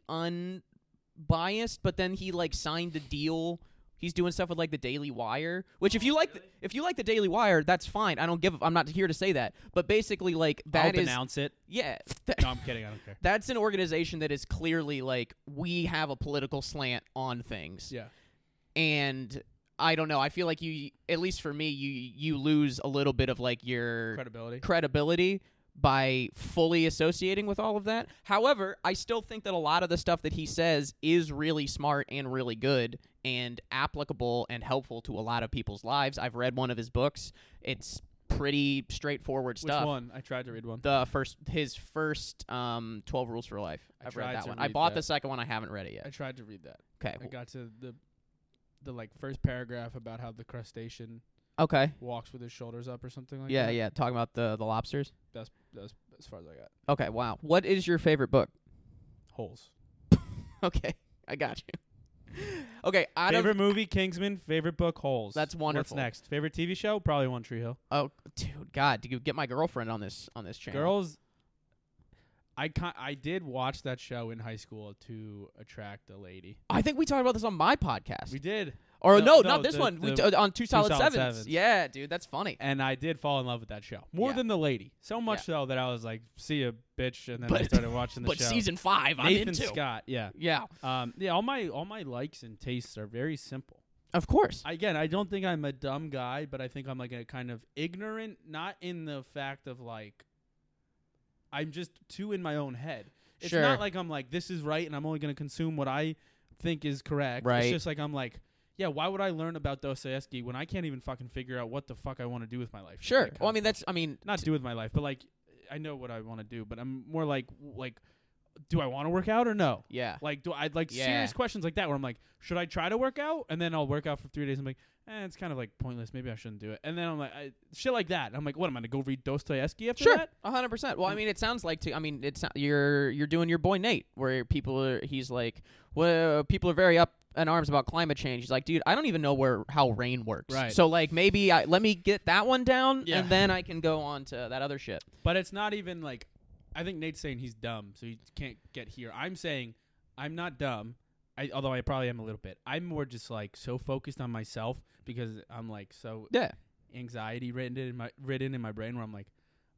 Speaker 5: unbiased, but then he like signed the deal. He's doing stuff with like the Daily Wire, which
Speaker 4: Oh,
Speaker 5: if you like, the, if you like the Daily Wire, that's fine. I don't give. I'm not here to say that, but basically, like
Speaker 4: I'll
Speaker 5: that is
Speaker 4: denounce it.
Speaker 5: yeah.
Speaker 4: No, I'm kidding. I don't care.
Speaker 5: *laughs* that's an organization that is clearly like we have a political slant on things
Speaker 4: Yeah.
Speaker 5: and I don't know. I feel like you, at least for me, you you lose a little bit of like your
Speaker 4: Credibility.
Speaker 5: credibility by fully associating with all of that. However, I still think that a lot of the stuff that he says is really smart and really good and applicable and helpful to a lot of people's lives. I've read one of his books. It's pretty straightforward
Speaker 4: Which
Speaker 5: stuff.
Speaker 4: one? I tried to read one.
Speaker 5: The first his first um 12 rules for life.
Speaker 4: I
Speaker 5: I've
Speaker 4: tried
Speaker 5: read that
Speaker 4: to
Speaker 5: one. I
Speaker 4: read
Speaker 5: bought
Speaker 4: that.
Speaker 5: the second one. I haven't read it
Speaker 4: I
Speaker 5: yet.
Speaker 4: tried to read that.
Speaker 5: Okay.
Speaker 4: I got to the the like first paragraph about how the crustacean
Speaker 5: Okay.
Speaker 4: walks with his shoulders up or something like
Speaker 5: Yeah,
Speaker 4: that.
Speaker 5: yeah, talking about the the lobsters.
Speaker 4: That's that's as far as I got.
Speaker 5: Okay, wow. What is your favorite book? *laughs*
Speaker 4: Holes.
Speaker 5: Okay, I got you. Okay, out
Speaker 4: favorite
Speaker 5: of
Speaker 4: movie Kingsman. Favorite book Holes.
Speaker 5: That's wonderful.
Speaker 4: What's next? Favorite TV show probably One Tree Hill.
Speaker 5: oh, dude, God, did you get my girlfriend on this on this channel?
Speaker 4: Girls. I con- I did watch that show in high school to attract a lady.
Speaker 5: I think we talked about this on my podcast.
Speaker 4: We did,
Speaker 5: or
Speaker 4: No,
Speaker 5: no,
Speaker 4: no,
Speaker 5: not this
Speaker 4: the-
Speaker 5: one. we t-
Speaker 4: the
Speaker 5: on two solid,
Speaker 4: Solid
Speaker 5: sevens.
Speaker 4: Sevens.
Speaker 5: Yeah, dude, that's funny.
Speaker 4: and I did fall in love with that show more
Speaker 5: Yeah.
Speaker 4: than the lady. So much
Speaker 5: Yeah.
Speaker 4: so that I was like, "See ya, bitch," and then I
Speaker 5: But-
Speaker 4: started watching the
Speaker 5: *laughs* But
Speaker 4: show.
Speaker 5: season five,
Speaker 4: Nathan
Speaker 5: I'm into.
Speaker 4: Scott, yeah,
Speaker 5: Yeah,
Speaker 4: um, yeah. All my all my likes and tastes are very simple.
Speaker 5: of course.
Speaker 4: again, I don't think I'm a dumb guy, but I think I'm like a kind of ignorant, not in the fact of like I'm just too in my own head. it's
Speaker 5: Sure.
Speaker 4: not like I'm like this is right and I'm only gonna consume what I think is correct.
Speaker 5: Right.
Speaker 4: It's just like I'm like, yeah, why would I learn about Dostoevsky when I can't even fucking figure out what the fuck I want to do with my life?
Speaker 5: Sure.
Speaker 4: Like,
Speaker 5: Well, I mean, that's. I mean,
Speaker 4: not do with my life, but like I know what I want to do, but I'm more like like do I want to work out or no?
Speaker 5: yeah.
Speaker 4: Like do I like
Speaker 5: Yeah.
Speaker 4: serious questions like that where I'm like, should I try to work out? And then I'll work out for three days. And I'm like, eh, it's kind of like pointless. Maybe I shouldn't do it. And then I'm like, I, shit like that. And I'm like, what am I gonna go read Dostoevsky after
Speaker 5: Sure,
Speaker 4: that? Hmm.
Speaker 5: a hundred percent. Well, I mean, it sounds like to. I mean, it's not, you're you're doing your boy Nate, where people are. He's like, well, people are very up in arms about climate change. He's like, dude, I don't even know where how rain works.
Speaker 4: Right.
Speaker 5: So like, maybe I let me get that one down,
Speaker 4: Yeah.
Speaker 5: and then I can go on to that other shit.
Speaker 4: But it's not even like I think Nate's saying he's dumb, so he can't get here. I'm saying I'm not dumb. I, although I probably am a little bit. I'm more just like so focused on myself because I'm like so
Speaker 5: Yeah.
Speaker 4: anxiety written in my written in my brain where I'm like,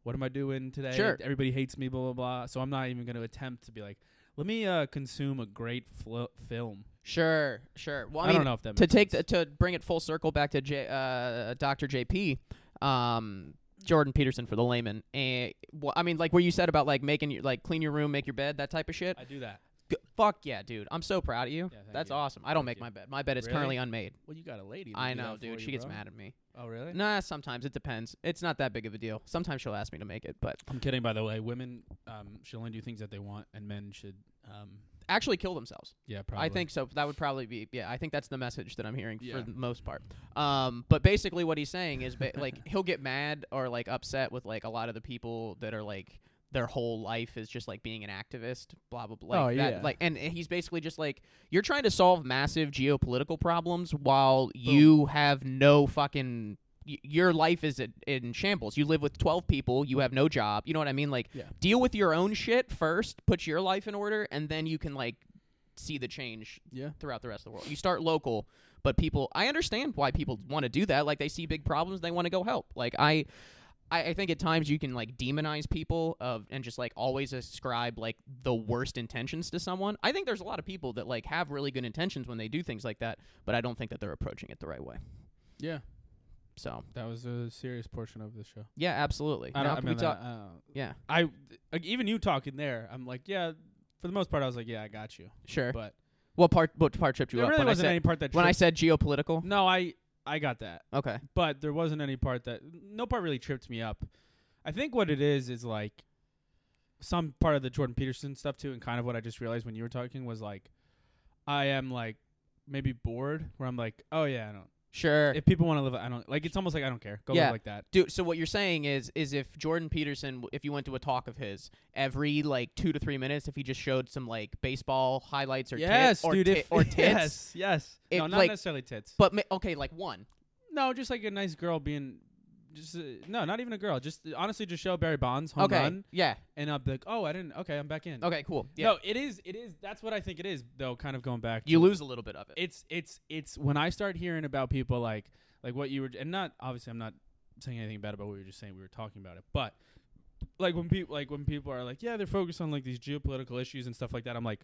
Speaker 4: what am I doing today?
Speaker 5: Sure.
Speaker 4: Everybody hates me, blah blah blah. So I'm not even going to attempt to be like, let me uh, consume a great fl- film.
Speaker 5: Sure. Sure. Well, I,
Speaker 4: I don't
Speaker 5: mean,
Speaker 4: know if that
Speaker 5: to
Speaker 4: makes
Speaker 5: take the,
Speaker 4: sense.
Speaker 5: to bring it full circle back to J, uh, Doctor JP. Um, Jordan Peterson for the layman. Eh, well, I mean, like what you said about like making your like clean your room, make your bed, that type of shit.
Speaker 4: I do that.
Speaker 5: G- Fuck yeah, dude! I'm so proud of you.
Speaker 4: thank
Speaker 5: That's
Speaker 4: you.
Speaker 5: awesome. I don't
Speaker 4: Thank
Speaker 5: make
Speaker 4: you.
Speaker 5: my bed. My bed is
Speaker 4: Really?
Speaker 5: currently unmade.
Speaker 4: Well, you got a lady. to
Speaker 5: I
Speaker 4: do
Speaker 5: know,
Speaker 4: that
Speaker 5: dude.
Speaker 4: for
Speaker 5: She
Speaker 4: you,
Speaker 5: gets
Speaker 4: bro.
Speaker 5: mad at me.
Speaker 4: Oh really?
Speaker 5: Nah, sometimes it depends. It's not that big of a deal. Sometimes she'll ask me to make it, but
Speaker 4: I'm kidding. By the way, women um, should only do things that they want, and men should. Um,
Speaker 5: actually kill themselves.
Speaker 4: yeah, probably.
Speaker 5: I think so. That would probably be yeah. I think that's the message that I'm hearing
Speaker 4: Yeah.
Speaker 5: for the most part. Um, but basically what he's saying is ba- like he'll get mad or like upset with like a lot of the people that are like their whole life is just like being an activist, blah blah blah. Like
Speaker 4: Oh,
Speaker 5: that,
Speaker 4: yeah.
Speaker 5: Like and he's basically just like you're trying to solve massive geopolitical problems while you have no fucking. y- Your life is in- in shambles. You live with 12 people. You have no job. You know what I mean? Like,
Speaker 4: Yeah.
Speaker 5: deal with your own shit first, put your life in order, and then you can, like, see the change
Speaker 4: Yeah.
Speaker 5: throughout the rest of the world. You start local, but people I understand why people want to do that. Like they see big problems, they want to go help. Like I I I think at times you can like demonize people of and just like always ascribe like the worst intentions to someone. I think there's a lot of people that like have really good intentions when they do things like that, but I don't think that they're approaching it the right way.
Speaker 4: Yeah,
Speaker 5: So
Speaker 4: that was a serious portion of the show.
Speaker 5: yeah, absolutely.
Speaker 4: I
Speaker 5: Now,
Speaker 4: don't. I
Speaker 5: can
Speaker 4: mean,
Speaker 5: we talk-
Speaker 4: I, I don't-
Speaker 5: yeah,
Speaker 4: I like, even you talking there. I'm like, yeah. For the most part, I was like, yeah, I got you.
Speaker 5: sure.
Speaker 4: But
Speaker 5: what part? What part tripped you
Speaker 4: there
Speaker 5: up?
Speaker 4: really
Speaker 5: when
Speaker 4: wasn't
Speaker 5: I said,
Speaker 4: any part that.
Speaker 5: when I
Speaker 4: tripped-
Speaker 5: said geopolitical.
Speaker 4: no, I I got that.
Speaker 5: Okay.
Speaker 4: but there wasn't any part that no part really tripped me up. I think what it is is like some part of the Jordan Peterson stuff too, and kind of what I just realized when you were talking was like I am like maybe bored where I'm like, oh yeah, I don't.
Speaker 5: Sure.
Speaker 4: If people want to live, I don't like. It's almost like I don't care. Go
Speaker 5: Yeah.
Speaker 4: live like that.
Speaker 5: Dude, so what you're saying is, is if Jordan Peterson, w- if you went to a talk of his, every like two to three minutes, if he just showed some like baseball highlights or tit-
Speaker 4: yes,
Speaker 5: or,
Speaker 4: dude.
Speaker 5: ti-
Speaker 4: if,
Speaker 5: or
Speaker 4: *laughs*
Speaker 5: tits,
Speaker 4: Yes, yes.
Speaker 5: If,
Speaker 4: no, not
Speaker 5: like-
Speaker 4: necessarily tits.
Speaker 5: but ma- okay, like one,
Speaker 4: No, just like a nice girl being. Just uh, no, not even a girl. Just honestly, just show Barry Bonds home
Speaker 5: okay,
Speaker 4: run,
Speaker 5: yeah,
Speaker 4: and I'll be like, "Oh, I didn't." Okay, I'm back in.
Speaker 5: okay, cool, yeah,
Speaker 4: No, it is. It is. That's what I think it is, though. Kind of going back.
Speaker 5: you
Speaker 4: to-
Speaker 5: lose a little bit of it,
Speaker 4: It's it's it's when I start hearing about people like like what you were and not obviously I'm not saying anything bad about what we were just saying. We were talking about it, but like when people like when people are like, yeah, they're focused on like these geopolitical issues and stuff like that. I'm like,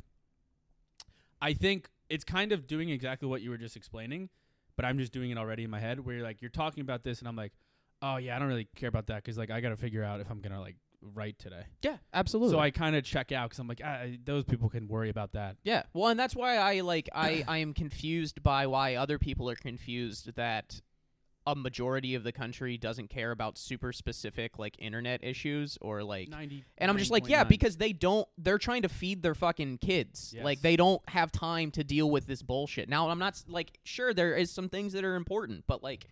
Speaker 4: I think it's kind of doing exactly what you were just explaining, but I'm just doing it already in my head. Where you're like, you're talking about this, and I'm like, oh yeah, I don't really care about that because like I got to figure out if I'm gonna like write today.
Speaker 5: yeah, absolutely.
Speaker 4: So I kind of check out because I'm like, ah, those people can worry about that.
Speaker 5: Yeah. Well, and that's why I like I I am confused by why other people are confused that a majority of the country doesn't care about super specific like internet issues or like
Speaker 4: 90.
Speaker 5: And I'm just like, yeah, because they don't. They're trying to feed their fucking kids.
Speaker 4: Yes.
Speaker 5: Like they don't have time to deal with this bullshit. Now I'm not s- like sure there is some things that are important, but like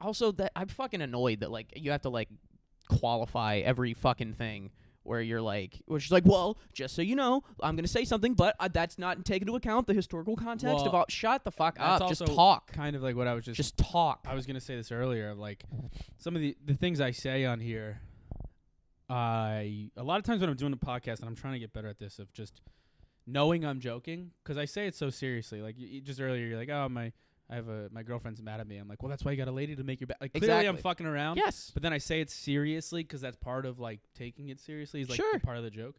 Speaker 5: also that I'm fucking annoyed that like you have to like qualify every fucking thing where you're like, which is like, well, just so you know, I'm gonna say something, but uh, that's not taken into account the historical context
Speaker 4: Well,
Speaker 5: of all. Shut the fuck
Speaker 4: that's
Speaker 5: up. Just
Speaker 4: also
Speaker 5: talk.
Speaker 4: kind of like what I was just,
Speaker 5: Just talk.
Speaker 4: I was going to say this earlier. Like, some of the, the things I say on here, I, a lot of times when I'm doing a podcast, and I'm trying to get better at this, of just knowing I'm joking, because I say it so seriously. Like, you, you just earlier, you're like, oh, my, I have a, my girlfriend's mad at me. I'm like, well, that's why you got a lady to make your back. Like, clearly I'm
Speaker 5: Exactly.
Speaker 4: fucking around.
Speaker 5: yes.
Speaker 4: But then I say it seriously because that's part of like taking it seriously is like
Speaker 5: Sure.
Speaker 4: the part of the joke.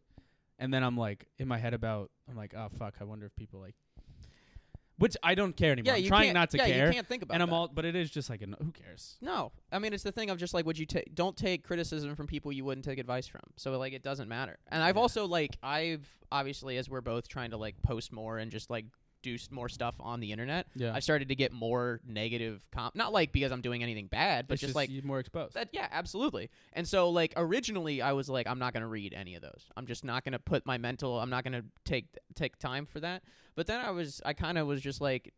Speaker 4: And then I'm like in my head about I'm like, oh fuck, I wonder if people like which I don't care anymore.
Speaker 5: Yeah,
Speaker 4: I'm
Speaker 5: you
Speaker 4: trying
Speaker 5: can't-
Speaker 4: not to
Speaker 5: yeah, you
Speaker 4: care.
Speaker 5: can't think about
Speaker 4: And I'm
Speaker 5: that.
Speaker 4: all, but it is just like, an, who cares?
Speaker 5: No, I mean it's the thing of just like would you take don't take criticism from people you wouldn't take advice from. So like it doesn't matter. And I've also like I've obviously as we're both trying to like post more and just like do s- more stuff on the internet.
Speaker 4: Yeah.
Speaker 5: I've started to get more negative comp. Not like because I'm doing anything bad, but
Speaker 4: It's
Speaker 5: just, like
Speaker 4: you're more exposed.
Speaker 5: that. Yeah, absolutely. And so like originally I was like I'm not gonna read any of those. I'm just not gonna put my mental. I'm not gonna take take time for that. But then I was I kind of was just like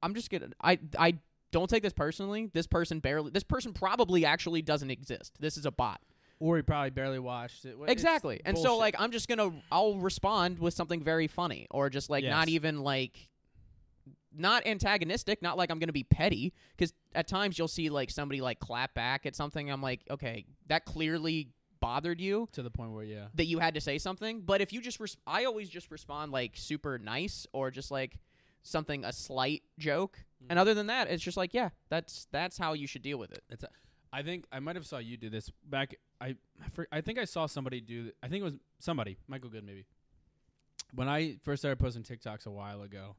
Speaker 5: I'm just gonna. I I don't take this personally. This person barely. This person probably actually doesn't exist. This is a bot.
Speaker 4: or he probably barely watched it. Wha- it's
Speaker 5: Exactly. And so
Speaker 4: bullshit.
Speaker 5: like I'm just gonna. I'll respond with something very funny or just like not
Speaker 4: Yes.
Speaker 5: even like. Not antagonistic, not like I'm gonna be petty, because at times you'll see like somebody like clap back at something. I'm like, okay, that clearly bothered you
Speaker 4: to the point where yeah,
Speaker 5: that you had to say something. But if you just, res- I always just respond like super nice or just like something a slight joke.
Speaker 4: Mm.
Speaker 5: And other than that, it's just like, yeah, that's that's how you should deal with it.
Speaker 4: that's. A, I think I might have saw you do this back. I I, for, I think I saw somebody do. th- I think it was somebody Michael Good maybe. When I first started posting TikToks a while ago,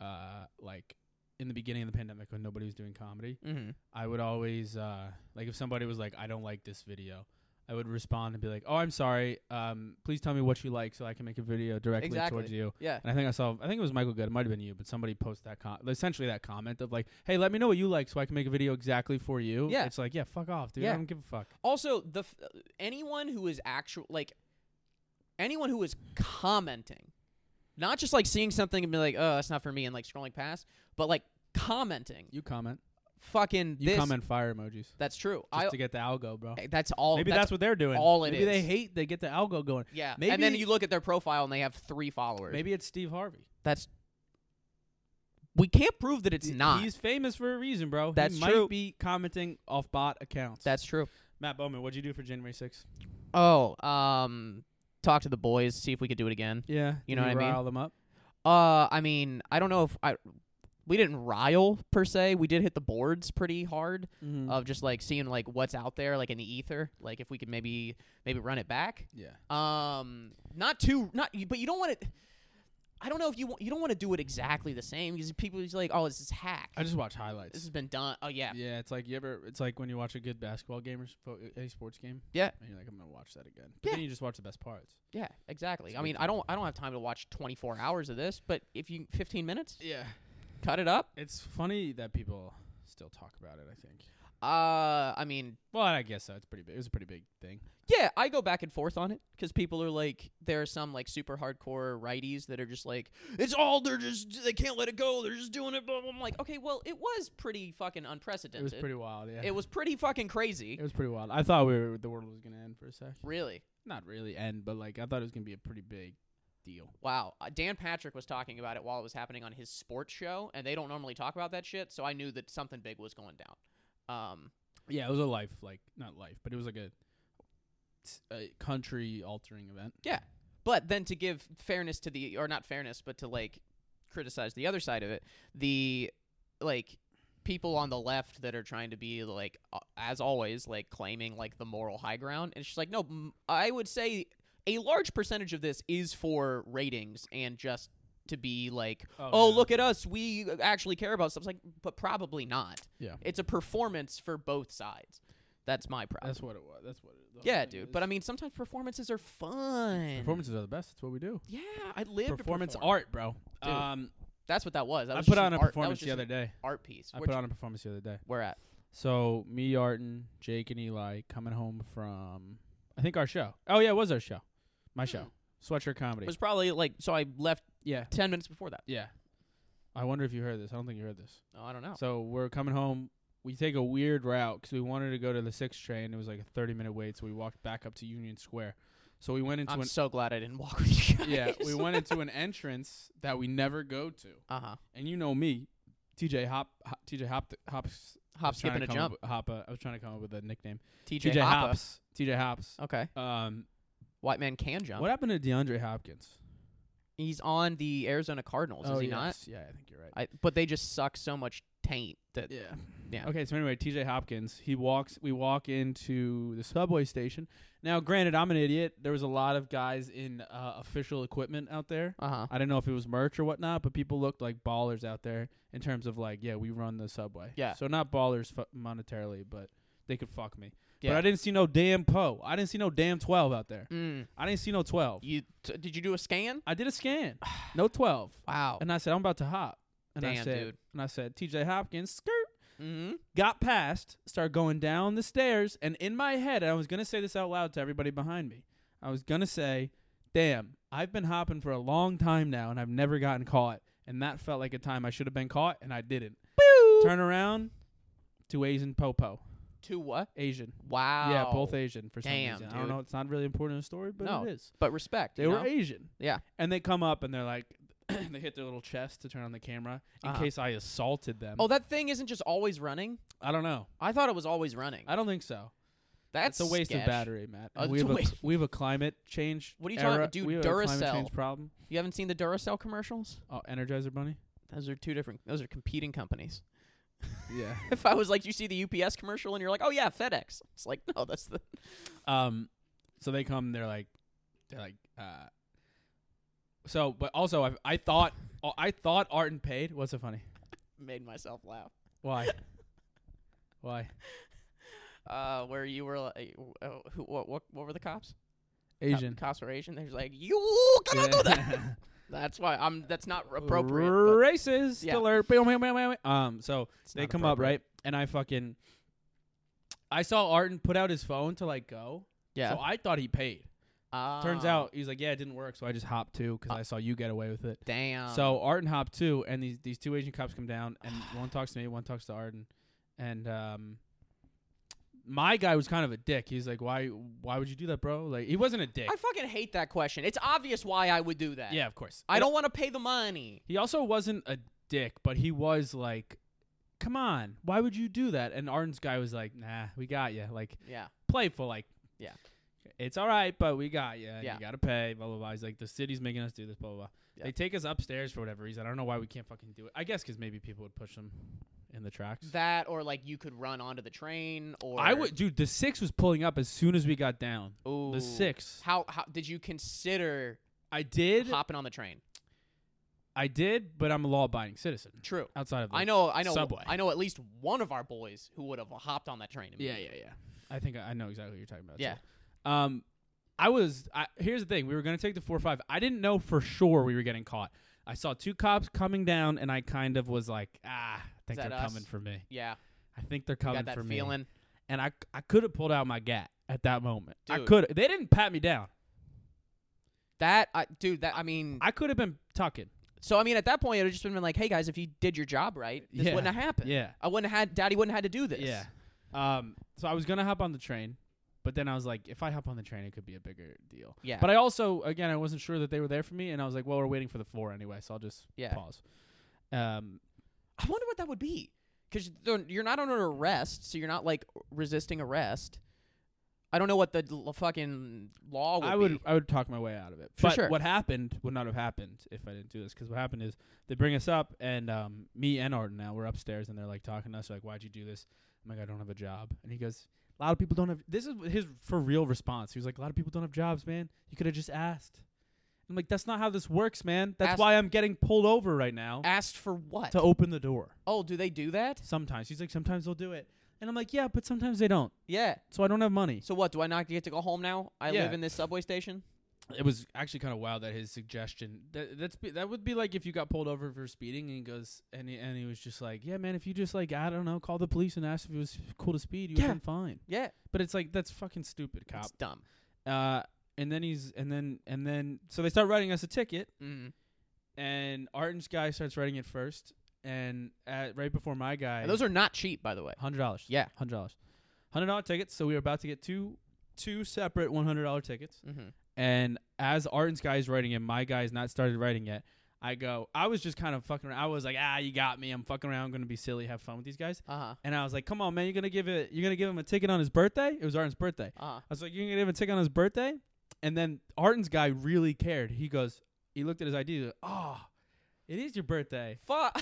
Speaker 4: uh, like in the beginning of the pandemic when nobody was doing comedy,
Speaker 5: Mm-hmm.
Speaker 4: I would always uh, like if somebody was like, "I don't like this video." I would respond and be like, "Oh, I'm sorry. Um, please tell me what you like so I can make a video directly
Speaker 5: Exactly.
Speaker 4: towards you."
Speaker 5: Yeah.
Speaker 4: And I think I saw, I think it was Michael Good. It might have been you, but somebody posted that com- essentially that comment of like, "Hey, let me know what you like so I can make a video exactly for you."
Speaker 5: Yeah.
Speaker 4: It's like, yeah, fuck off, dude.
Speaker 5: Yeah.
Speaker 4: I don't give a fuck.
Speaker 5: Also, the f- anyone who is actual like anyone who is commenting, not just like seeing something and be like, oh, that's not for me, and like scrolling past, but like commenting,
Speaker 4: You comment.
Speaker 5: fucking
Speaker 4: You
Speaker 5: this.
Speaker 4: comment fire emojis just
Speaker 5: That's true. I.
Speaker 4: to get the algo, bro.
Speaker 5: That's all.
Speaker 4: Maybe that's, what they're doing.
Speaker 5: all it
Speaker 4: Maybe they
Speaker 5: is.
Speaker 4: hate. They get the algo going.
Speaker 5: Yeah.
Speaker 4: Maybe
Speaker 5: and then you look at their profile and they have three followers.
Speaker 4: maybe it's Steve Harvey.
Speaker 5: That's we can't prove that it's
Speaker 4: He-
Speaker 5: not.
Speaker 4: He's famous for a reason, bro.
Speaker 5: That's
Speaker 4: he might
Speaker 5: true.
Speaker 4: be commenting off bot accounts.
Speaker 5: That's true.
Speaker 4: Matt Bowman. What'd you do for January 6th?
Speaker 5: Oh, um, talk to the boys, see if we could do it again.
Speaker 4: Yeah,
Speaker 5: You know
Speaker 4: did
Speaker 5: what I mean?
Speaker 4: Rile them up.
Speaker 5: Uh, I mean, I don't know if I we didn't rile per se. We did hit the boards pretty hard
Speaker 4: Mm-hmm. Mm.
Speaker 5: of just like seeing like what's out there, like in the ether, like if we could maybe maybe run it back.
Speaker 4: Yeah.
Speaker 5: Um, not too not, but you don't want to. I don't know if you want, you don't want to do it exactly the same because people is like, oh, this is hack.
Speaker 4: I just watch highlights.
Speaker 5: this has been done. Oh yeah,
Speaker 4: Yeah, it's like you ever. It's like when you watch a good basketball game or spo- a sports game.
Speaker 5: Yeah.
Speaker 4: and you're like, I'm gonna watch that again. But then
Speaker 5: Yeah.
Speaker 4: you just watch the best parts.
Speaker 5: Yeah, exactly.
Speaker 4: It's
Speaker 5: I
Speaker 4: good
Speaker 5: mean, I don't I don't have time to watch 24 hours of this, but if you 15 minutes,
Speaker 4: Yeah,
Speaker 5: cut it up.
Speaker 4: it's funny that people still talk about it. I think.
Speaker 5: Uh, I mean,
Speaker 4: Well, I guess so. It's pretty big. It was a pretty big thing.
Speaker 5: yeah, I go back and forth on it cuz people are like there are some like super hardcore righties that are just like it's all they're just they can't let it go. They're just doing it. Blah, blah. I'm like, "Okay, well, it was pretty fucking
Speaker 4: It
Speaker 5: unprecedented.
Speaker 4: was pretty wild. Yeah,
Speaker 5: It was pretty fucking crazy."
Speaker 4: It was pretty wild. I thought we were, the world was gonna end for a sec.
Speaker 5: really.
Speaker 4: Not really end, but like I thought it was gonna be a pretty big deal.
Speaker 5: Wow. Uh, Dan Patrick was talking about it while it was happening on his sports show, and they don't normally talk about that shit, so I knew that something big was going down. Um,
Speaker 4: Yeah, it was a life like not life, but it was like a, a country altering event.
Speaker 5: Yeah. But then to give fairness to the or not fairness, but to like criticize the other side of it, the like people on the left that are trying to be like uh, as always like claiming like the moral high ground and it's just like no m- I would say a large percentage of this is for ratings and just to be like oh,
Speaker 4: Oh, yeah.
Speaker 5: look at us we actually care about stuff It's like but probably not
Speaker 4: Yeah.
Speaker 5: it's a performance for both sides that's my problem
Speaker 4: That's what it was. That's what. It, the whole
Speaker 5: yeah
Speaker 4: thing
Speaker 5: dude
Speaker 4: is.
Speaker 5: but i mean sometimes performances are fun
Speaker 4: performances are the best. That's what we do.
Speaker 5: yeah, I live to
Speaker 4: performance
Speaker 5: perform.
Speaker 4: art, bro.
Speaker 5: Dude.
Speaker 4: Um,
Speaker 5: That's what that was. That
Speaker 4: I
Speaker 5: was
Speaker 4: put
Speaker 5: just
Speaker 4: on
Speaker 5: an
Speaker 4: a
Speaker 5: art- that
Speaker 4: performance
Speaker 5: was just
Speaker 4: the other
Speaker 5: an
Speaker 4: day.
Speaker 5: Art piece.
Speaker 4: I
Speaker 5: Where'd
Speaker 4: put
Speaker 5: you-
Speaker 4: on a performance the other day.
Speaker 5: Where at?
Speaker 4: So me, Arton, Jake, and Eli coming home from I think our show. Oh yeah, it was our show, my show, Sweatshirt
Speaker 5: It
Speaker 4: Comedy.
Speaker 5: Hmm. was probably like so. I left
Speaker 4: yeah,
Speaker 5: ten minutes before that.
Speaker 4: yeah. I wonder if you heard this. I don't think you heard this.
Speaker 5: Oh, I don't know.
Speaker 4: So we're coming home. We take a weird route 'cause we wanted to go to the six train. It was like a thirty-minute wait, so we walked back up to Union Square. So we went into
Speaker 5: I'm
Speaker 4: an
Speaker 5: so glad I didn't walk with you
Speaker 4: *laughs*
Speaker 5: guys.
Speaker 4: yeah, we went into
Speaker 5: *laughs*
Speaker 4: an entrance that we never go to.
Speaker 5: Uh huh.
Speaker 4: and you know me, TJ Hop, Hop TJ Hop, Hops, I
Speaker 5: Hop,
Speaker 4: was trying
Speaker 5: skip, and
Speaker 4: to come up
Speaker 5: a jump.
Speaker 4: with- Hop, uh, I was trying to come up with a nickname.
Speaker 5: TJ,
Speaker 4: TJ
Speaker 5: Hoppa. Oh.
Speaker 4: Hops, TJ Hops.
Speaker 5: Okay.
Speaker 4: Um,
Speaker 5: White man can jump.
Speaker 4: what happened to DeAndre Hopkins?
Speaker 5: He's on the Arizona Cardinals. Oh, is he not?
Speaker 4: Oh, Yeah, I think you're right.
Speaker 5: I, but they just suck so much taint that
Speaker 4: Yeah.
Speaker 5: Yeah.
Speaker 4: Okay, so anyway, TJ Hopkins, he walks we walk into the subway station. Now, granted, I'm an idiot. There was a lot of guys in uh, official equipment out there.
Speaker 5: uh-huh
Speaker 4: I don't know if it was merch or whatnot, but people looked like ballers out there in terms of like, yeah, we run the subway.
Speaker 5: Yeah.
Speaker 4: So not ballers fu- monetarily, but they could fuck me. But
Speaker 5: Yeah.
Speaker 4: I didn't see no damn Poe. I didn't see no damn 12 out there.
Speaker 5: mm.
Speaker 4: I didn't see no 12.
Speaker 5: you t- did you do a scan
Speaker 4: I did a
Speaker 5: *sighs*
Speaker 4: scan. No 12.
Speaker 5: wow
Speaker 4: And I said, I'm about to hop. And I
Speaker 5: Damn,
Speaker 4: said,
Speaker 5: dude.
Speaker 4: and I said, TJ Hopkins, skirt.
Speaker 5: mm-hmm.
Speaker 4: Got past, started going down the stairs, and in my head, I was gonna say this out loud to everybody behind me. I was gonna say, "Damn, I've been hopping for a long time now, and I've never gotten caught." And that felt like a time I should have been caught, and I didn't. Turn around, two Asian popo,
Speaker 5: to what
Speaker 4: Asian.
Speaker 5: wow
Speaker 4: Yeah, both Asian for
Speaker 5: Oh, Damn,
Speaker 4: some reason. I don't
Speaker 5: dude.
Speaker 4: know. It's not really important in the story, but
Speaker 5: No.
Speaker 4: it is.
Speaker 5: but respect
Speaker 4: They
Speaker 5: you
Speaker 4: were
Speaker 5: know?
Speaker 4: Asian.
Speaker 5: yeah
Speaker 4: And they come up and they're like, *clears throat* they hit their little chest to turn on the camera in
Speaker 5: Uh-huh.
Speaker 4: case I assaulted them.
Speaker 5: oh that thing isn't just always running
Speaker 4: I don't know.
Speaker 5: i thought it was always running
Speaker 4: I don't think so.
Speaker 5: that's
Speaker 4: It's a waste
Speaker 5: sketch.
Speaker 4: of battery, Matt.
Speaker 5: Uh,
Speaker 4: And we,
Speaker 5: it's
Speaker 4: have
Speaker 5: a
Speaker 4: a,
Speaker 5: waste-
Speaker 4: we have a climate change.
Speaker 5: What are you
Speaker 4: era-
Speaker 5: talking- dude,
Speaker 4: We have a climate
Speaker 5: Duracell.
Speaker 4: change problem.
Speaker 5: you haven't seen the duracell commercials
Speaker 4: Oh, Energizer
Speaker 5: *laughs*
Speaker 4: Bunny.
Speaker 5: those are two different those are competing companies *laughs*
Speaker 4: Yeah.
Speaker 5: if i was like you see the ups commercial and you're like oh yeah fedex it's like no that's the *laughs*
Speaker 4: um, so they come. They're like, they're like. Uh, so, but also, I, I thought, oh, I thought Art and Paid. What's so funny?
Speaker 5: made myself laugh *laughs*
Speaker 4: Why? Why?
Speaker 5: uh, where you were like, uh, who, what, what, what were the cops? Co-
Speaker 4: Asian.
Speaker 5: cops were Asian. They're just like, you cannot do that.
Speaker 4: Yeah.
Speaker 5: *laughs* That's why I'm.
Speaker 4: *laughs*
Speaker 5: That's not appropriate. but
Speaker 4: Racist
Speaker 5: Yeah.
Speaker 4: alert. Bam, bam, bam, bam, bam. Um, so
Speaker 5: it's
Speaker 4: they
Speaker 5: not
Speaker 4: come up
Speaker 5: appropriate.
Speaker 4: right, and I fucking, I saw Arden put out his phone to like go.
Speaker 5: Yeah.
Speaker 4: So I thought he paid.
Speaker 5: Ah,
Speaker 4: Turns out he's like, yeah, it didn't work, so I just hopped two
Speaker 5: Uh,
Speaker 4: because I saw you get away with it.
Speaker 5: damn.
Speaker 4: So Arden hopped two, and these these two Asian cops come down,
Speaker 5: *sighs*
Speaker 4: and one talks to me, one talks to Arden, and um, my guy was kind of a dick. He's like, why why would you do that, bro? Like he wasn't a dick.
Speaker 5: I fucking hate that question. It's obvious why I would do that.
Speaker 4: yeah, of course.
Speaker 5: I don't want to pay the money.
Speaker 4: He also wasn't a dick, but he was like, come on, why would you do that? And Arden's guy was like, nah, we got you. Like
Speaker 5: Yeah.
Speaker 4: playful, like
Speaker 5: Yeah.
Speaker 4: it's all right, but we got you.
Speaker 5: Yeah.
Speaker 4: you gotta pay. Blah blah blah. He's like, the city's making us do this. Blah blah. blah.
Speaker 5: Yeah.
Speaker 4: They take us upstairs for whatever reason. I don't know why we can't fucking do it. I guess because maybe people would push them in the tracks.
Speaker 5: That or like you could run onto the train or
Speaker 4: I would, dude. The six was pulling up as soon as we got down.
Speaker 5: Ooh.
Speaker 4: The six.
Speaker 5: How how did you consider
Speaker 4: I did.
Speaker 5: hopping on the train?
Speaker 4: I did, but I'm a law-abiding citizen.
Speaker 5: True.
Speaker 4: Outside of the
Speaker 5: I know. I know.
Speaker 4: Subway.
Speaker 5: I know at least one of our boys who would have hopped on that train.
Speaker 4: Yeah, yeah,
Speaker 5: immediately.
Speaker 4: yeah. I think I I know exactly what you're talking about.
Speaker 5: Yeah.
Speaker 4: too. Um, I was. I, here's the thing: we were gonna take the four five. I didn't know for sure we were getting caught. I saw two cops coming down, and I kind of was like, ah, I think
Speaker 5: that
Speaker 4: they're
Speaker 5: us?
Speaker 4: coming for me.
Speaker 5: Yeah.
Speaker 4: I think they're
Speaker 5: You
Speaker 4: coming
Speaker 5: got that
Speaker 4: for me.
Speaker 5: feeling.
Speaker 4: And I, I could have pulled out my gat at that moment. I
Speaker 5: Dude.
Speaker 4: could. They didn't pat me down.
Speaker 5: That I, dude, that I mean,
Speaker 4: I could have been tucking.
Speaker 5: so I mean, at that point, it would have just been like, hey guys, if you did your job right, this
Speaker 4: Yeah.
Speaker 5: wouldn't have happened.
Speaker 4: Yeah.
Speaker 5: I wouldn't have had Daddy wouldn't have had to do this.
Speaker 4: Yeah. Um. So I was gonna hop on the train, but then I was like, if I hop on the train, it could be a bigger deal.
Speaker 5: yeah.
Speaker 4: But I also, again, I wasn't sure that they were there for me, and I was like, well, we're waiting for the four anyway, so I'll just
Speaker 5: Yeah.
Speaker 4: pause. Um,
Speaker 5: I wonder what that would be, because you're not under arrest, so you're not like resisting arrest. I don't know what the l- fucking law Oh, would.
Speaker 4: I would
Speaker 5: Be.
Speaker 4: I would talk my way out of it.
Speaker 5: For
Speaker 4: But
Speaker 5: sure.
Speaker 4: what happened would not have happened if I didn't do this, because what happened is they bring us up, and um, me and Arden now we're upstairs, and they're like talking to us, like, why'd you do this? I'm like, I don't have a job, and he goes. A lot of people don't have. This is his for real response. He was like, "A lot of people don't have jobs, man. You could have just asked." I'm like, "That's not how this works, man. That's
Speaker 5: Ask-
Speaker 4: why I'm getting pulled over right now
Speaker 5: Asked for what?
Speaker 4: to open the door."
Speaker 5: oh, do they do that?
Speaker 4: Sometimes he's like, sometimes they'll do it, and I'm like, yeah, but sometimes they don't.
Speaker 5: Yeah.
Speaker 4: So I don't have money.
Speaker 5: So what? Do I not get to go home now? I
Speaker 4: Yeah.
Speaker 5: live in this subway station.
Speaker 4: It was actually kind of wild that his suggestion that that's be, that would be like if you got pulled over for speeding and he goes and he, and he was just like, yeah, man, if you just like I don't know, call the police and ask if it was cool to speed, you would
Speaker 5: Yeah.
Speaker 4: been fine.
Speaker 5: Yeah.
Speaker 4: But it's like that's fucking stupid, cop.
Speaker 5: It's dumb.
Speaker 4: Uh, and then he's and then and then so they start writing us a ticket,
Speaker 6: Mm-hmm.
Speaker 5: Mm.
Speaker 4: and Arden's guy starts writing it first, and at, right before my guy,
Speaker 5: And those are not cheap, by the way.
Speaker 4: Hundred dollars.
Speaker 5: Yeah.
Speaker 4: hundred dollars. Hundred dollar tickets. So we were about to get two two separate one hundred dollar tickets.
Speaker 5: Mm-hmm.
Speaker 4: And as Arden's guy is writing it, my guy's not started writing yet. I go. I was just kind of fucking. around. I was like, ah, you got me. I'm fucking around. I'm gonna be silly. Have fun with these guys.
Speaker 5: Uh huh.
Speaker 6: Uh-huh.
Speaker 4: And I was like, come on, man. You're gonna give it. You're gonna give him a ticket on his birthday. It was Arden's birthday.
Speaker 5: Uh
Speaker 6: Uh-huh.
Speaker 5: huh.
Speaker 4: I was like, you're gonna give him a ticket on his birthday. And then Arden's guy really "Ah, cared. He goes. He looked at his ID. He goes, oh, it is your birthday.
Speaker 5: Fuck.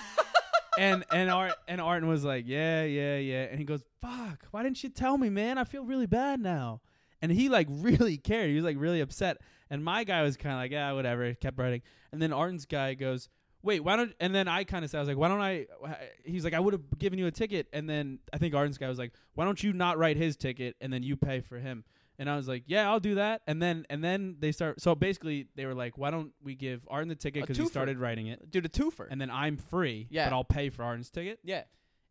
Speaker 4: and and Art and Arton was like, yeah, yeah, yeah, and he goes, fuck, why didn't you tell me, man? I feel really bad now. And he like *laughs* really cared. He was like really upset. And my guy was kind of like, yeah, whatever. Kept writing. And then Arton's guy goes, wait, why don't? And then I kind of said, I was like, why don't I? He's like, I would have given you a ticket. And then I think Arden's guy was like, why don't you not write his ticket and then you pay for him? And I was like, yeah, I'll do that. And then and then they start. So basically, they were like, why don't we give Arden the ticket
Speaker 6: A
Speaker 4: because he
Speaker 6: twofer.
Speaker 4: started writing it,
Speaker 6: *laughs* Dude, a twofer.
Speaker 4: and then I'm free,
Speaker 6: Yeah.
Speaker 4: but I'll pay for Arden's ticket.
Speaker 6: yeah.